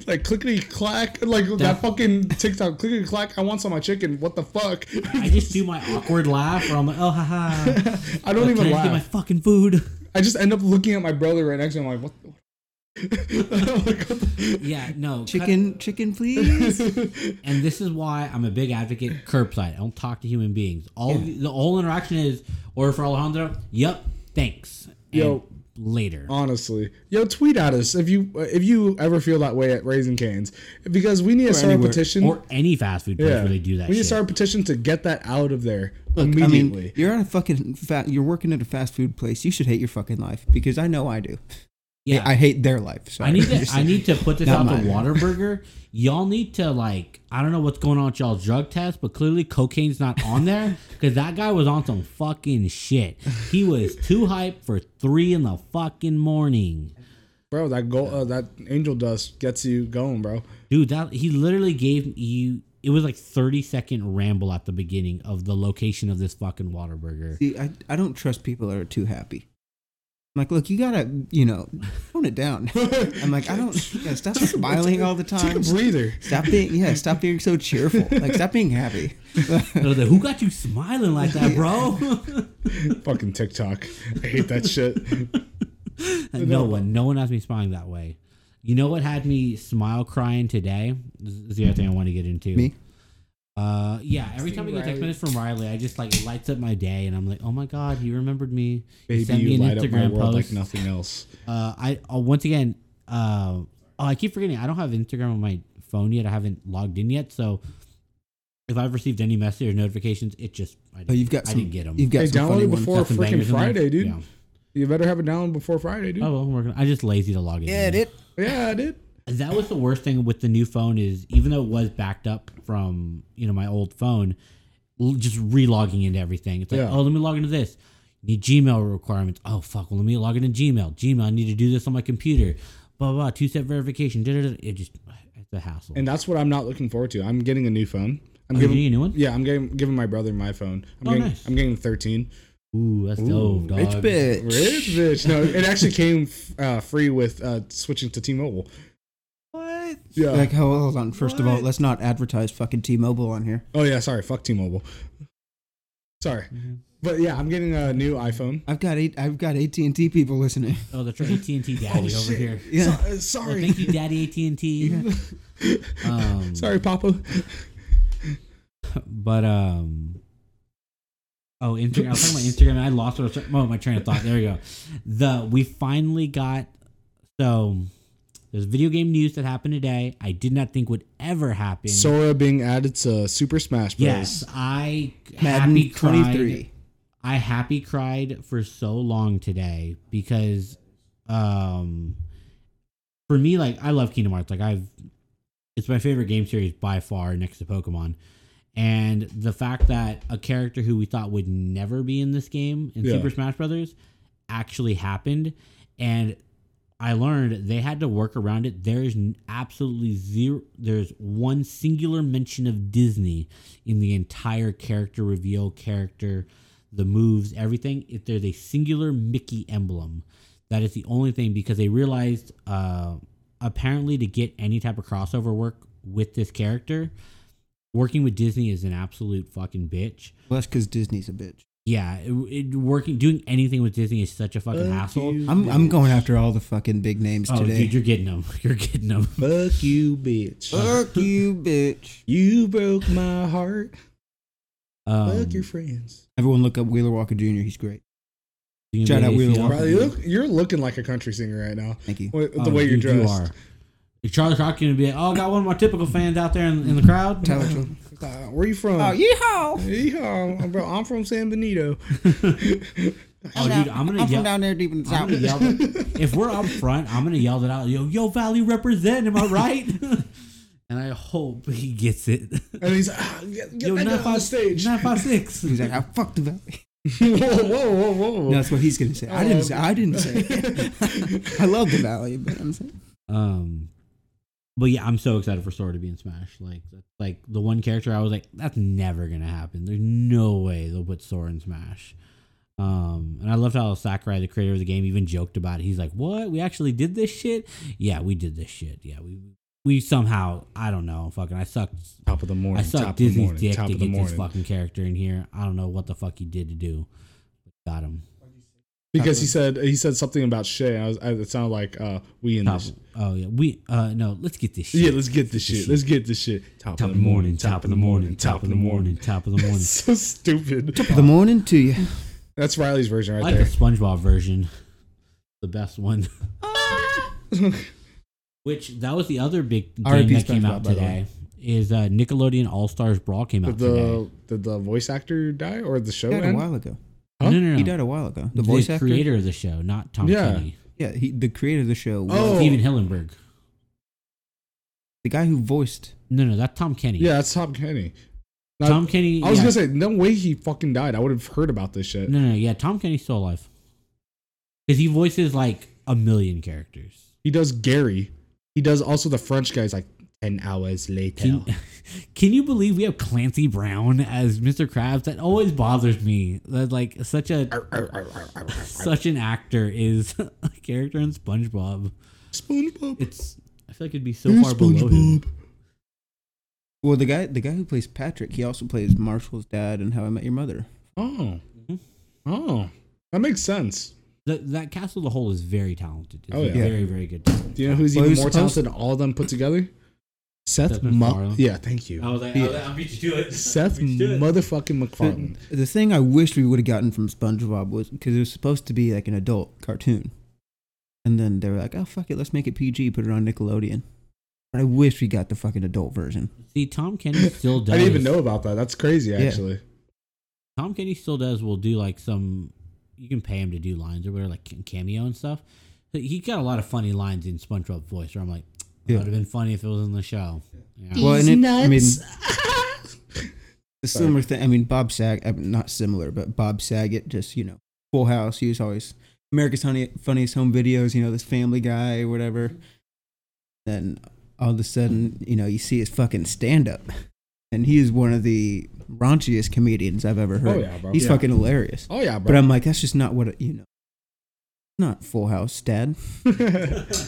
S2: *laughs* like clickety clack, like that, fucking TikTok clickety clack. I want some of my chicken. What the fuck? *laughs*
S3: I just do my awkward laugh, where I'm like, oh, haha. Can
S2: I *laughs* don't
S3: I
S2: even
S3: just get my
S2: laugh.
S3: fucking food?
S2: I just end up looking at my brother right next to him. I'm like, what? The- I'm *laughs* like, what the-
S3: *laughs*
S2: *laughs*
S3: Yeah, no. cut-
S1: chicken, chicken, please.
S3: *laughs* and this is why I'm a big advocate curbside. I don't talk to human beings. All the whole interaction is order for Alejandro. Yep, thanks. And
S2: Yo. Um,
S3: later.
S2: Honestly, yo, tweet at us if you if you ever feel that way at Raising Canes, because we need to start
S1: anywhere.
S2: a petition.
S3: or any fast food place
S2: yeah,
S3: where they do that.
S2: we need
S3: shit.
S2: to start a petition to get that out of there
S1: Look, I
S2: immediately.
S1: mean, you're at a fucking fat. You're working at a fast food place. You should hate your fucking life because I know I do.
S3: yeah,
S1: I hate their life. Sorry.
S3: I
S1: *laughs*
S3: need to I need to put this
S1: Not
S3: out to
S1: mine.
S3: Waterburger. Y'all need to like I don't know what's going on with y'all's drug test, but clearly cocaine's not on there
S1: *laughs*
S3: because that guy was on some fucking shit. He was too hyped for three in the fucking morning,
S2: Bro, that gold, uh, that angel dust gets you going, bro.
S3: dude. That he literally gave you. It was like thirty second ramble at the beginning of the location of this fucking Waterburger.
S1: See, I, I don't trust people that are too happy. I'm like, look, you gotta, you know, tone it down. I'm like, I don't, yeah, stop smiling all the
S2: Take a
S1: time.
S2: breather.
S1: Stop being, yeah, stop being so cheerful. Like, stop being happy.
S3: They're like, Who got you smiling like
S1: *laughs*
S3: that, bro?
S2: Fucking TikTok. I hate that
S3: *laughs*
S2: shit.
S3: no one, no one has me smiling that way. You know what had me smile crying today? This is the other thing I want to get into.
S1: Me?
S3: Uh, yeah. Every time I get a text
S2: Riley.
S3: message from Riley, I just like it lights up my day, and I'm like, oh my god, he remembered me. he
S2: Baby,
S3: sent me
S2: you
S3: an
S2: light up my
S3: Instagram
S2: world like
S3: post.
S2: nothing else.
S3: uh, I uh, once again, uh, oh, I keep forgetting I don't have Instagram on my phone yet. I haven't logged in yet, so if I've received any message or notifications, it just I,
S1: Oh, you've got
S3: I
S1: some.
S3: didn't get them.
S1: You've got
S2: Hey,
S1: some
S2: download
S1: funny
S2: it
S1: ones.
S2: before
S3: Got some
S2: freaking
S3: bangers in there?
S2: Friday, dude.
S3: Yeah.
S2: You better have it down before Friday, dude.
S3: Oh well, I'm working. I just lazy to log in.
S1: Yeah, dude.
S2: Yeah, dude.
S3: That was the worst thing with the new phone is even though it was backed up from you know my old phone, l- just relogging into everything. It's like
S2: Yeah.
S3: oh let me log into this. Need Gmail requirements. Oh fuck. Well let me log into Gmail. Gmail. I need to do this on my computer. Blah blah. Two step verification. Da, da, da. It just it's a hassle.
S2: And that's what I'm not looking forward to. I'm getting a new phone. I'm
S3: Oh, you
S2: giving
S3: need a new one?
S2: Yeah, I'm getting giving my brother my phone. I'm
S3: Oh,
S2: getting
S3: nice.
S2: I'm getting 13.
S3: Ooh, that's dope, dog.
S1: Rich bitch.
S2: Rich bitch. No, it actually came f- uh, free with uh, switching to T-Mobile.
S1: What?
S2: Yeah.
S1: Like, oh, hold on. First of all,
S3: What?
S1: let's not advertise fucking T-Mobile on here.
S2: oh yeah, sorry. Fuck T-Mobile. Sorry.
S3: Mm-hmm.
S2: But yeah, I'm getting a new iPhone.
S1: I've got eight. I've got AT and T people listening.
S3: Oh, that's right. AT
S2: *laughs*
S3: and T daddy over
S2: shit.
S3: here.
S1: Yeah.
S2: So- uh,
S3: Well,
S2: sorry.
S3: thank you, daddy AT
S2: *laughs*
S3: and T. Um,
S2: sorry, Papa.
S3: but um oh instagram i was talking about instagram and i lost what I was tra- oh, my train of thought there we go the we finally got so there's video game news that happened today i did not think would ever happen
S2: Sora being added to Super Smash Bros.
S3: yes i happy
S1: Madden
S3: cried
S1: 23.
S3: i happy cried for so long today because um for me like i love kingdom hearts like i've it's my favorite game series by far next to pokemon and the fact that a character who we thought would never be in this game in
S2: Yeah.
S3: super smash brothers actually happened and i learned they had to work around it there is n- absolutely zero there's one singular mention of disney in the entire character reveal character the moves everything if there's a singular mickey emblem that is the only thing because they realized uh, apparently to get any type of crossover work with this character, working with Disney is an absolute fucking bitch.
S1: Well, that's because Disney's a bitch.
S3: Yeah, it, it, working doing anything with Disney is such a fucking
S2: Fuck
S3: hassle.
S2: you,
S1: I'm I'm
S2: bitch.
S1: going after all the fucking big names
S3: Oh,
S1: today.
S3: dude, you're getting them. *laughs* You're getting them.
S2: Fuck you, bitch.
S1: Fuck you, bitch.
S2: You broke my heart.
S3: Um,
S2: Fuck your friends.
S1: Everyone look up Wheeler Walker Jr. He's great.
S3: you
S1: Shout
S3: know,
S1: out
S3: they
S1: Wheeler
S3: feel-
S1: Walker.
S2: Riley, you look, you're looking like a country singer right now.
S1: Thank you.
S2: With, with
S3: Oh,
S2: the way you're
S3: dude, you
S2: dressed.
S3: are. If Charlie Crocker gonna be like, oh, I got one of my typical fans out there in, in the crowd.
S1: Tyler Childers.
S2: Uh, where you from?
S1: Oh, yeehaw!
S2: Yeehaw, bro, I'm from San Benito.
S3: oh, dude, I'm gonna
S1: I'm
S3: yell.
S1: from down there deep in the south.
S3: I'm gonna
S2: *laughs*
S3: yell that- if we're up front, I'm gonna yell that out. Yo, yo, Valley represent. Am I right? *laughs* and I hope he gets it.
S2: And he's like, ah, get, get
S3: yo,
S2: that guy
S3: nine
S2: on the
S3: five
S2: stage.
S3: nine five six.
S1: He's like, I fucked the valley.
S2: *laughs* whoa, whoa, whoa, whoa.
S1: No,
S2: *laughs*
S1: that's what he's gonna say. I didn't say. I didn't say. it. I love the valley, but I'm saying
S3: Um, but yeah, I'm so excited for Sora to be in Smash. Like, that's like the one character I was like, that's never gonna happen. There's no way they'll put Sora in Smash. Um, and I loved how Sakurai, the creator of the game, even joked about it. He's like, "What? We actually did this shit? Yeah, we did this shit. Yeah, we we somehow I don't know. Fucking, I sucked
S2: Top of the morning.
S3: I
S2: top
S3: suck
S2: of the
S3: Disney's
S2: morning.
S3: dick
S2: top
S3: to
S2: of the
S3: get this
S2: morning.
S3: fucking character in here. I don't know what the fuck he did to do. Got him.
S2: Because he said he said something about shit. And I was, I, it sounded like uh, we in
S3: Top.
S2: this.
S3: Oh yeah. We uh no. Let's get this shit.
S2: Yeah, let's get this shit. Let's get this shit. Top,
S3: top of the morning. Top of the morning. Top of the morning. Top of the
S2: *laughs*
S3: morning.
S2: So stupid.
S1: the morning to you.
S2: That's Riley's version
S3: I
S2: right
S3: like the
S2: *laughs* there.
S3: SpongeBob version. The best one. *laughs* Which that was the other big game
S2: R.I.P.
S3: that came
S2: SpongeBob,
S3: out
S2: by the way.
S3: today. Is uh, Nickelodeon All Stars Brawl came out
S2: Did
S3: today?
S2: the did the voice actor die or the show
S1: He died a
S2: end?
S1: while ago.
S2: huh?
S3: No, no, no.
S1: He died a while ago. The voice actor.
S3: creator of the show, not Tom
S2: Yeah.
S3: Kenny.
S1: Yeah, he, the creator of the show. was
S2: Oh.
S3: Steven Hillenberg.
S1: the guy who voiced.
S3: No, no, that's Tom Kenny.
S2: Yeah, that's Tom Kenny. Not-
S3: Tom Kenny.
S2: I was
S3: yeah.
S2: gonna say no way he fucking died. I would have heard about this shit.
S3: No, no, yeah. Tom Kenny's still alive because he voices like a million characters.
S2: He does Gary. He does also the French guy. He's like Ten hours later.
S3: Can, *laughs* can you believe we have Clancy Brown as Mr. Krabs? That always bothers me. That like such a
S2: Arr, arr, arr, arr, arr, arr.
S3: such an actor is *laughs* a character in SpongeBob.
S2: SpongeBob.
S3: It's I feel like it'd be so
S2: Hey,
S3: far below him.
S2: SpongeBob.
S1: Well, the guy, the guy who plays Patrick, he also plays Marshall's dad in How I Met Your Mother. Hmm.
S2: Oh.
S3: Mhm.
S2: Oh. That makes sense.
S3: That that Castle of the Hole is very talented. It's
S2: Oh, yeah.
S3: very very good. Talent.
S2: Do you know who's
S1: Well,
S2: even
S1: he's
S2: more
S1: supposed-
S2: talented than all of them put together? Seth
S3: Seth
S2: Ma-
S3: MacFarlane.
S2: Yeah, thank you.
S3: was like,
S1: I was
S3: like, I'll beat you to it. *laughs*
S2: Seth motherfucking
S1: The,
S2: MacFarlane.
S1: the thing I wish we would have gotten from SpongeBob was because it was supposed to be like an adult cartoon, and then they were like, "Oh fuck it, let's make it PG, put it on Nickelodeon." But I wish we got the fucking adult version.
S3: See, Tom Kenny still
S2: *laughs*
S3: does.
S2: I didn't even know about that. That's crazy,
S1: Yeah.
S2: actually.
S3: Tom Kenny still does. Will do like some. You can pay him to do lines or whatever, like cameo and stuff. But He got a lot of funny lines in SpongeBob voice. Where I'm like, that
S1: Yeah.
S3: would have been funny if it was in the show. Yeah.
S1: Well, and it, I mean, the
S2: Sorry.
S1: similar thing. I mean, Bob Sag, I mean, not similar, but Bob Saget, just you know, Full House. He was always America's Honey, Funniest Home Videos. You know, this Family Guy or whatever. Then all of a sudden, you know, you see his fucking stand up, and he is one of the raunchiest comedians I've ever heard.
S2: Oh yeah, bro.
S1: He's
S2: yeah.
S1: fucking hilarious.
S2: *laughs* Oh yeah,
S1: But
S2: bro.
S1: I'm like, that's just not what it- you know. Not Full House, Dad.
S2: *laughs*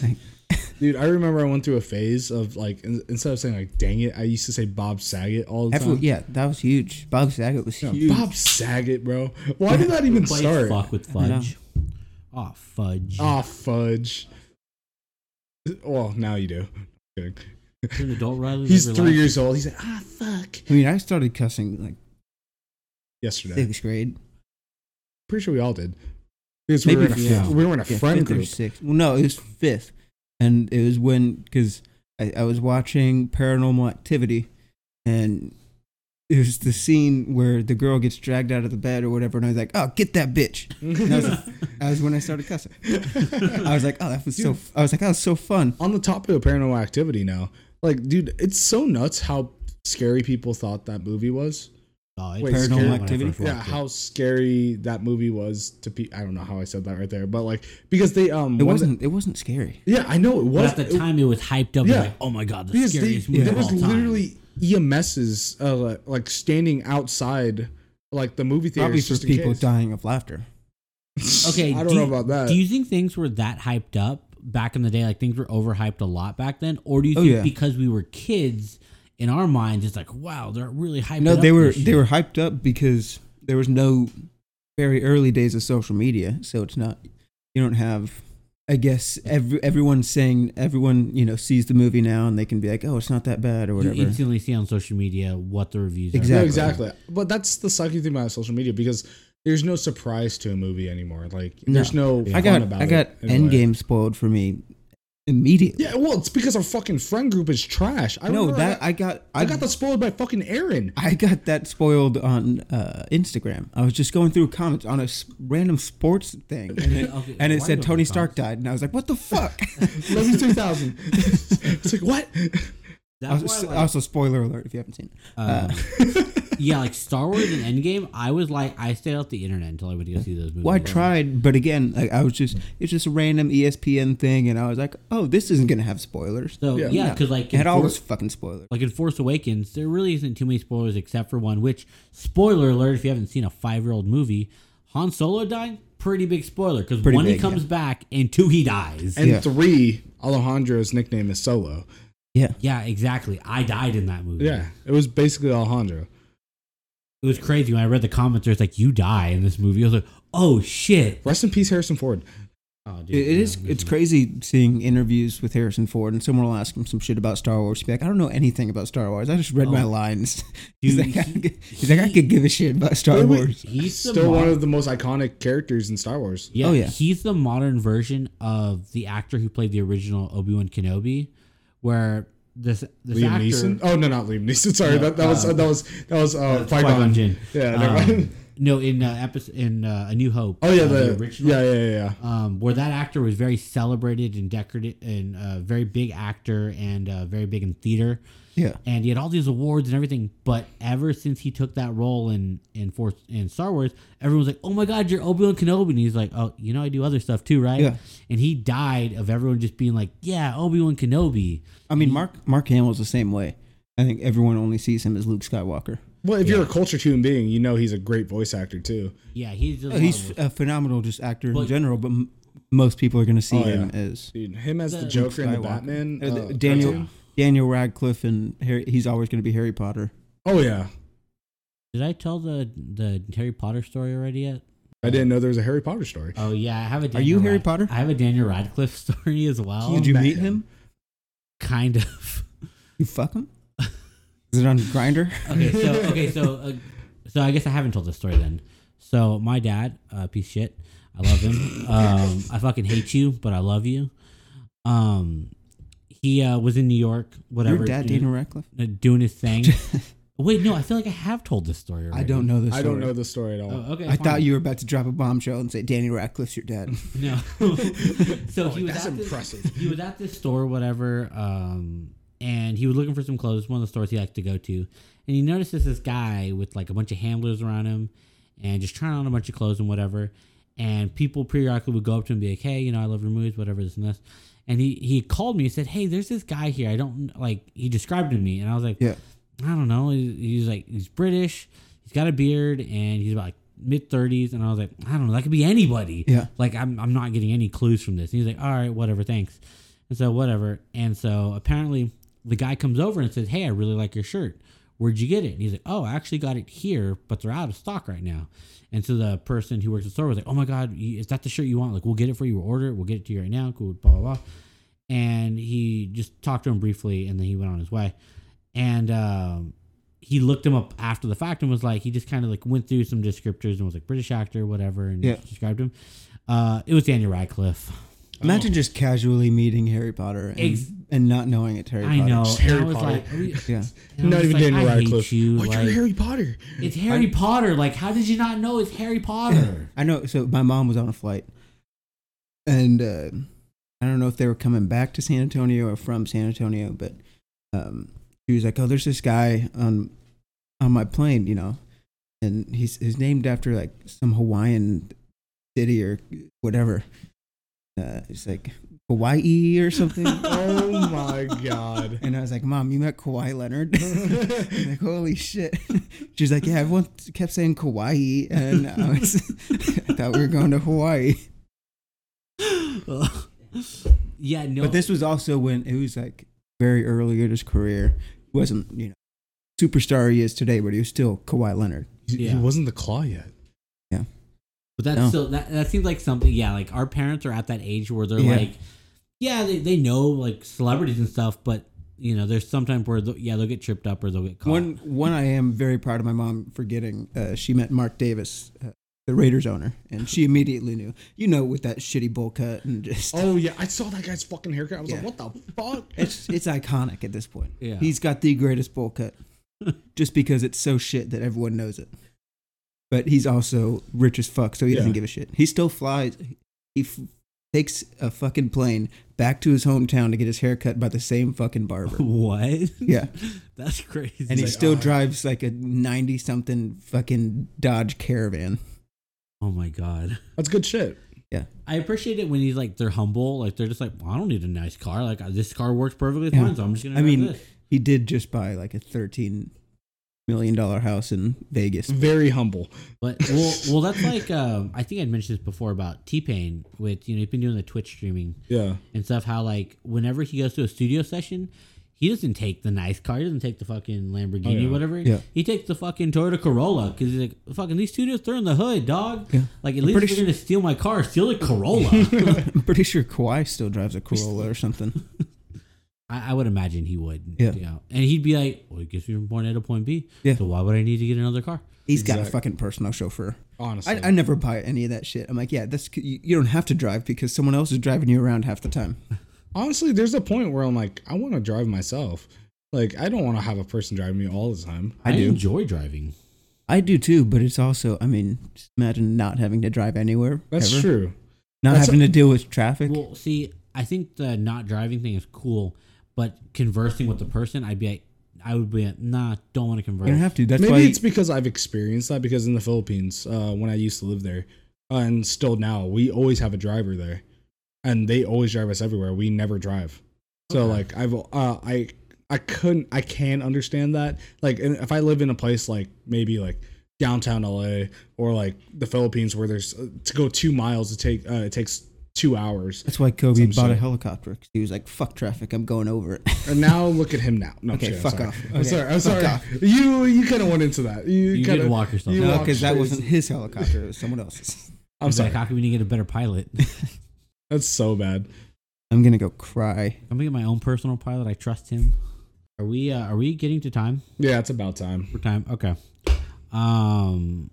S2: Dude, I remember I went through a phase of like in- instead of saying like "dang it," I used to say Bob Saget all the
S1: Every,
S2: time.
S1: yeah, that was huge. Bob Saget was
S2: Yeah,
S1: huge.
S2: Bob Saget, bro. Why did that even
S3: Play
S2: start?
S3: fuck with
S1: I know.
S3: fudge. Oh fudge.
S2: Ah, fudge. Well, now you do. Kidding.
S3: You're an adult, Riley.
S2: He's
S3: Live
S2: three
S3: your life.
S2: years old. He's like, ah, fuck.
S1: I mean, I started cussing like
S2: Yesterday,
S1: sixth grade.
S2: pretty sure we all did. Because we were,
S1: Maybe
S2: in a,
S3: fifth.
S2: we were in a
S1: Yeah,
S2: friend
S1: fifth or
S2: group.
S1: sixth. Well, no, it was fifth, and it was when because I, I was watching Paranormal Activity, and it was the scene where the girl gets dragged out of the bed or whatever, and I was like, "Oh, get that bitch!" And that, was,
S2: *laughs*
S1: that was when I started cussing. I was like, "Oh, that was so." f- I was like, "That was so fun."
S2: on the topic of paranormal activity now, like, dude, it's so nuts how scary people thought that movie was.
S3: Oh, it's
S2: Wait,
S3: scary
S2: Paranormal
S3: when I first
S1: Activity?
S3: watched
S2: yeah,
S3: it.
S2: how scary that movie was to people. I don't know how I said that right there, but like, because they, um,
S1: It
S2: one of
S1: wasn't. It wasn't scary.
S2: The, yeah, I know it
S3: But
S2: was.
S3: at the
S2: it-
S3: time, it was hyped up. Yeah.
S2: Yeah.
S3: Like, oh my god, the
S2: because they,
S3: scariest movie
S2: there
S3: of all
S2: was
S3: time.
S2: literally EMSs, uh, like, like standing outside, like the movie theater.
S1: Probably for people dying of laughter.
S3: Okay,
S2: *laughs* I don't
S3: do
S2: know
S3: you-
S2: about
S1: Uh,
S2: that.
S3: Do you think things were that hyped up back in the day? Like things were overhyped a lot back then, or do you
S1: Oh,
S3: think
S1: yeah.
S3: because we were kids in our minds, it's like, wow, they're really hyped.
S1: No,
S3: up
S1: they were
S3: this
S1: they
S3: shit.
S1: were hyped up because there was no very early days of social media, so it's not you don't have I guess every everyone's saying everyone you know sees the movie now and they can be like, oh, it's not that bad or
S3: You
S1: whatever.
S3: instantly see on social media what the reviews
S2: No,
S1: Exactly.
S3: are.
S2: exactly. But that's the sucky thing about social media because there's no surprise to a movie anymore. Like,
S1: No.
S2: there's no.
S1: I
S2: fun
S1: got
S2: about
S1: I got
S2: it in a way.
S1: Endgame spoiled for me immediately.
S2: Yeah, well, it's because our fucking friend group is trash. I
S1: no,
S2: remember
S1: that
S2: I,
S1: I got
S2: I got that spoiled by fucking Aaron.
S1: I got that spoiled on uh, Instagram. I was just going through comments on a s- random sports thing, and it,
S3: *laughs* Okay,
S1: and it
S3: why
S1: said
S3: do I
S1: Tony
S3: have
S1: Stark died, and I was like,
S3: *laughs*
S1: "What the fuck?"
S2: Love you two thousand. it's like what?
S1: *laughs*
S3: That's
S1: also,
S3: why, like,
S1: also, spoiler alert if you haven't seen it.
S3: um, yeah, like Star Wars and Endgame. I was like, I stayed off the internet until I went to go see those movies.
S1: Well, I tried, but again, like I was just it's just a random E ESPN thing, and I was like, oh, this isn't gonna have spoilers.
S3: So
S2: Yeah.
S3: yeah, because like
S1: it had all
S3: Enfor-
S1: this fucking spoilers.
S3: like in Force Awakens, there really isn't too many spoilers except for one, which spoiler alert if you haven't seen a five year old movie, Han Solo dying, pretty big spoiler because
S1: Pretty
S3: one he
S1: big, yeah.
S3: comes back and two he dies.
S2: And
S1: Yeah.
S2: three, Alejandro's nickname is Solo.
S1: Yeah,
S3: yeah, exactly. I died in that movie.
S2: Yeah, it was basically Alejandro.
S3: it was crazy when I read the comments. There's like you die in this movie. I was like, oh shit.
S2: Rest in peace, Harrison Ford.
S3: Oh, dude,
S1: it, it
S3: yeah,
S1: is.
S3: me
S1: It's
S3: too.
S1: crazy seeing interviews with Harrison Ford, and someone will ask him some shit about Star Wars. He'd be like, I don't know anything about Star Wars. I just read my lines. *laughs* he's
S3: Dude,
S1: like, I,
S3: he-
S1: he's like, I
S3: he-
S1: could give a shit about Star
S2: Wait, wait.
S1: Wars.
S3: He's the
S2: Still one
S3: mod-
S2: of the most iconic characters in Star Wars.
S3: Yeah,
S1: Oh, yeah.
S3: he's the modern version of the actor who played the original Obi Wan Kenobi, where this this
S2: Liam
S3: actor
S2: *laughs*
S3: um,
S2: Neeson. Oh no, not Liam Neeson. Sorry, that, that was that was that was uh,
S3: Qui-Gon
S2: Qui-Gon.
S3: Jinn.
S2: Yeah, never
S3: Um,
S2: mind. *laughs*
S3: No, in uh, episode in uh, A New Hope.
S2: Oh yeah,
S3: uh,
S2: the, Yeah, yeah, yeah, yeah.
S3: um, where that actor was very celebrated and decorated and a very big actor and uh, very big in theater.
S1: Yeah.
S3: And he had all these awards and everything, but ever since he took that role in in Force in Star Wars, everyone's like, "Oh my God, you're Obi Wan Kenobi," and he's like, "Oh, you know, I do other stuff too, right?"
S1: Yeah.
S3: And he died of everyone just being like, "Yeah, Obi Wan Kenobi."
S1: I mean, Mark Mark Hamill's the same way. I think everyone only sees him as Luke Skywalker.
S2: Well, if you're a cultured human being, you know he's a great voice actor too.
S3: Yeah, he's just
S1: He's a phenomenal just actor in
S3: But-
S1: general, but m- most people are going to see
S2: Oh,
S1: him
S2: yeah.
S1: as
S2: Dude, him as the,
S3: The-
S2: Joker in the
S1: Skywalker.
S2: Batman.
S1: Or the-
S2: uh,
S1: Daniel
S2: cartoon.
S1: Daniel Radcliffe and Harry, he's always going to be Harry Potter.
S2: Oh yeah,
S3: Did I tell the the Harry Potter story already yet?
S2: I didn't know there was a Harry Potter story.
S3: Oh yeah, I have a. Daniel
S1: you Harry
S3: Rad-
S1: Potter?
S3: I have a Daniel Radcliffe *laughs* story as well.
S1: Did you
S2: Matt.
S1: meet him?
S3: Kind of.
S1: You fuck him? Is it on Grinder?
S3: Okay, so okay, so uh, so I guess I haven't told this story then. So my dad, uh, piece of shit. I love him. Um, I fucking hate you, but I love you. Um, he uh, was in New York. Whatever.
S1: Your dad,
S3: doing,
S1: Daniel Radcliffe?
S3: uh, doing
S1: *laughs*
S3: his thing. Wait, no, I feel like I have told this story. Already.
S1: I don't know this.
S2: I don't know
S1: story.
S2: the story Oh. at all.
S3: Oh, okay,
S1: I
S3: fine.
S1: thought you were about to drop a bombshell and say Daniel Radcliffe's your
S2: *laughs*
S1: dad.
S3: *laughs* No. so he was
S2: Oh, that's
S3: at this-
S2: impressive.
S3: he was at this store, whatever, um, and he was looking for some clothes. One of the stores he liked to go to, and he notices this guy with like a bunch of handlers around him, and just trying on a bunch of clothes and whatever. And people periodically would go up to him and be like, "Hey, you know, I love your movies, whatever, this and this." And he he called me and said, "Hey, there's this guy here. I don't like." He described him to me, and I was like,
S1: Yeah.
S3: I don't know. He's, he's like he's British. He's got a beard and he's about like mid thirties. And I was like, I don't know. That could be anybody.
S1: Yeah.
S3: Like I'm, I'm not getting any clues from this. And he's like, all right, whatever, thanks. And so whatever. And so apparently the guy comes over and says, hey, I really like your shirt. Where'd you get it? And he's like, oh, I actually got it here, but they're out of stock right now. And so the person who works at the store was like, oh my god, you- is that the shirt you want? Like we'll get it for you. We'll order it. We'll get it to you right now. Cool. Blah blah. blah. And he just talked to him briefly, and then he went on his way. And um, he looked him up after the fact and was like, he just kind of like went through some descriptors and was like British actor, whatever, and
S1: Yeah.
S3: described him. Uh, it was Daniel Radcliffe.
S1: Imagine just casually meeting Harry Potter and,
S3: Ex-
S1: and not knowing it's Harry
S3: I
S1: Potter.
S3: know.
S2: Harry
S3: and I was
S2: Potter.
S3: like, we-
S1: Yeah.
S3: and I was
S2: Not even
S3: like,
S2: Daniel
S3: I hate
S2: Radcliffe.
S3: you,
S2: What,
S3: like,
S2: you're Harry
S3: *laughs*
S2: Potter.
S3: it's Harry Potter. Like, how did you not know it's
S2: *laughs*
S3: Harry Potter?
S1: I know. So my mom was on a flight, and uh, I don't know if they were coming back to San Antonio or from San Antonio, but um, she was like, "Oh, there's this guy on on my plane, you know, and he's he's named after like some Hawaiian city or whatever. Uh, it's like Hawaii or something." *laughs*
S2: Oh my god. *laughs*
S1: and I was like, "Mom, you met Kawhi Leonard." *laughs* I'm like, holy shit. *laughs* She's like, yeah, everyone kept saying Kauai. And I, was, *laughs* I thought we were going to Hawaii.
S3: yeah, no.
S1: But this was also when it was like very early in his career. He wasn't, you know, superstar he is today, but he was still Kawhi Leonard.
S2: He
S3: Yeah.
S2: wasn't the claw yet.
S3: But that's
S1: No.
S3: still that, that seems like something. Yeah, like our parents are at that age where they're
S1: Yeah.
S3: like, yeah, they, they know like celebrities and stuff, but you know, there's sometimes where they'll- yeah they'll get tripped up or they'll get caught.
S1: One, one I am very proud of my mom for getting. Uh, she met Mark Davis, uh, the Raiders owner, and she immediately knew, you know, with that shitty bowl cut and just.
S2: Oh yeah, I saw that guy's fucking haircut. I was
S1: Yeah.
S2: like, what the fuck?
S1: It's, it's iconic at this point.
S3: Yeah.
S1: He's got the greatest bowl
S3: *laughs*
S1: cut just because it's so shit that everyone knows it. But he's also rich as fuck, so he doesn't
S2: Yeah.
S1: give a shit. He still flies. He f- takes a fucking plane back to his hometown to get his hair cut by the same fucking
S3: *laughs*
S1: barber.
S3: *laughs* what?
S1: Yeah.
S3: that's crazy.
S1: And he
S2: like,
S1: still
S2: "Oh."
S1: drives like a 90 something fucking Dodge Caravan.
S3: oh my god.
S2: That's good shit.
S3: I appreciate it when he's like they're humble, like they're just like well, I don't need a nice car, like this car works perfectly
S1: Yeah.
S3: fine, so I'm just gonna.
S1: I
S3: drive
S1: mean,
S3: this.
S1: he did just buy like a $13 million house in
S3: *laughs*
S1: Vegas. *laughs*
S2: Very humble.
S3: But well, well, that's like um, I think I'd mentioned this before about T Pain with you know he's been doing the Twitch streaming
S2: Yeah.
S3: and stuff. How like whenever he goes to a studio session, he doesn't take the nice car. He doesn't take the fucking Lamborghini,
S2: Oh, yeah.
S3: whatever.
S1: Yeah.
S3: He takes the fucking Toyota Corolla because he's like, fucking these studios, they're in the hood, dog.
S1: Yeah.
S3: Like at least
S1: pretty
S3: if you're gonna steal my car, steal the
S1: *laughs*
S3: Corolla.
S1: I'm pretty sure Kawhi still drives a Corolla or something.
S3: I, I would imagine he would.
S1: Yeah.
S3: And he'd be like, well, it gets me from point A to point B.
S1: Yeah.
S3: So why would I need to get another car?
S1: He's got a
S2: Exact-
S1: fucking personal chauffeur.
S2: Honestly.
S1: I, I never buy any of that shit. I'm like, yeah, that's you, you don't have to drive because someone else is driving you around half the time.
S2: Honestly, there's a point where I'm like, I want to drive myself. Like, I don't want to have a person drive me all the time.
S1: I do.
S3: enjoy driving.
S1: I do too, but it's also, I mean, just imagine not having to drive anywhere.
S2: That's
S1: ever.
S2: true.
S1: Not
S2: That's
S1: having to deal with traffic.
S3: Well, see, I think the not driving thing is cool, but conversing with the person, I'd be like, I would be like, nah, don't want to
S1: you
S3: converse.
S1: don't have to. That's
S2: Maybe
S1: why
S2: it's because I've experienced that because in the Philippines, uh, when I used to live there, uh, and still now, we always have a driver there, and they always drive us everywhere. We never drive, so
S3: Okay.
S2: like I've uh, I I couldn't I can understand that. Like and if I live in a place like maybe like downtown LA or like the Philippines where there's uh, to go two miles, it take uh, it takes two hours.
S1: that's why Kobe
S2: some
S1: bought a
S2: shit.
S1: helicopter. 'cause He was like, "Fuck traffic, I'm going over *laughs* it."
S2: And now look at him now. No,
S1: Okay,
S2: shit, I'm
S1: fuck
S2: sorry.
S1: off.
S2: I'm
S1: Okay,
S2: sorry. I'm
S1: fuck
S2: sorry.
S1: off.
S2: You you kind of went into that. You,
S3: You
S2: kind
S3: did walk yourself
S2: you
S3: out.
S1: no,
S2: walked
S1: because that
S2: straight-
S1: wasn't his helicopter; it was someone else's.
S2: I'm
S3: It's like,
S2: sorry.
S3: how can we get a
S2: *laughs*
S3: better pilot?
S2: That's so bad.
S1: I'm gonna go cry.
S3: I'm gonna get my own personal pilot. I trust him. Are we? Uh, are we getting to time?
S2: Yeah, it's about time.
S3: We're time. Okay. Um,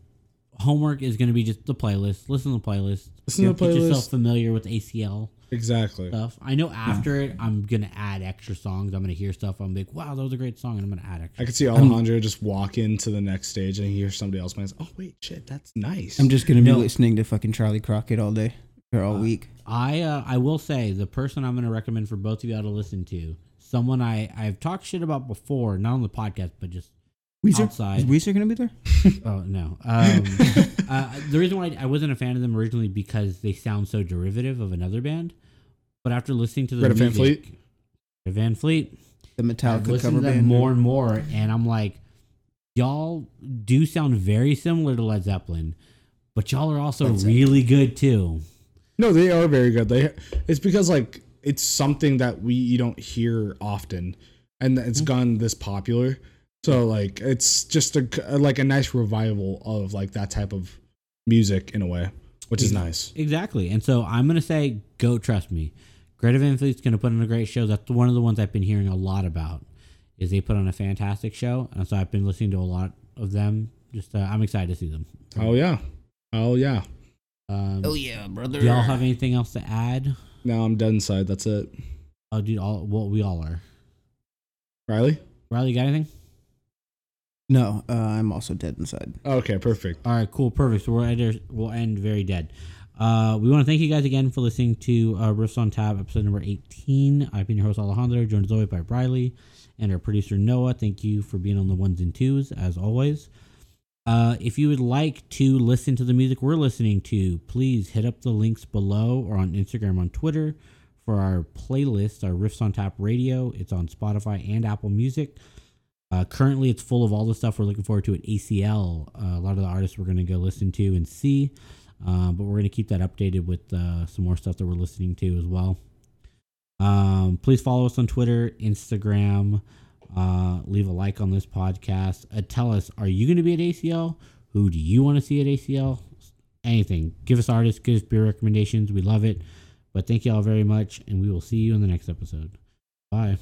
S3: homework is gonna be just the playlist. Listen to the playlist.
S2: Listen to the
S3: Get yourself
S2: playlist.
S3: familiar with ACL
S2: Exactly.
S3: stuff. I know after it, I'm gonna add extra songs. I'm gonna hear stuff. I'm like, wow, that was a great song, and I'm gonna add
S2: I
S3: extra.
S2: could see Alejandro just walk into the next stage and hear somebody else. Minds, oh wait, shit, that's nice.
S1: I'm just gonna be
S3: No.
S1: listening to fucking Charlie Crockett all day or all week.
S3: I uh, I will say the person I'm gonna recommend for both of y'all to listen to, someone I I've talked shit about before, not on the podcast, but just
S1: Weezer
S3: outside.
S1: is Weezer gonna be there?
S3: Oh no!
S1: *laughs*
S3: Um, uh, the reason why I wasn't a fan of them originally because they sound so derivative of another band, but after listening to the
S2: Greta Van
S3: music- Greta Van Fleet,
S1: The
S3: I've
S1: Metallica
S3: listened
S1: cover
S3: to them
S1: band.
S3: more and more, and I'm like, y'all do sound very similar to Led Zeppelin, but y'all are also
S1: Led Zeppelin.
S3: really good too.
S2: no, they are very good. They it's because like it's something that we you don't hear often, and
S1: Mm-hmm.
S2: it's gone this popular. So like it's just a like a nice revival of like that type of music in a way, which
S1: Mm.
S2: is nice.
S3: Exactly. And so I'm going to say, go trust me. Greta Van Fleet's going to put on a great show. That's one of the ones I've been hearing a lot about is they put on a fantastic show. And so I've been listening to a lot of them. Just uh, I'm excited to see them.
S2: Oh yeah, oh yeah.
S3: Um,
S1: Oh yeah, brother.
S3: Do y'all have anything else to add?
S2: Now I'm dead inside. That's it.
S3: Oh, dude, all, well, we all are.
S2: Riley.
S3: Riley, got anything?
S1: no, uh, I'm also dead inside.
S2: Okay, perfect.
S3: All right, cool, perfect. So we'll end, we'll end very dead. Uh, we want to thank you guys again for listening to uh, Riffs on Tab, episode number 18. I've been your host, Alejandro, joined as always by Riley and our producer, Noah. Thank you for being on the ones and twos, as always. Uh, if you would like to listen to the music we're listening to, please hit up the links below or on Instagram, on Twitter for our playlist, our Riffs on Tap Radio. It's on Spotify and Apple Music. Uh, currently, it's full of all the stuff we're looking forward to at ACL. Uh, a lot of the artists we're going to go listen to and see, uh, but we're going to keep that updated with uh, some more stuff that we're listening to as well. Um, please follow us on Twitter, Instagram. Uh, leave a like on this podcast. Uh, tell us, are you going to be at ACL? Who do you want to see at ACL? Anything. Give us artists, give us beer recommendations. We love it. But thank you all very much, and we will see you in the next episode. Bye.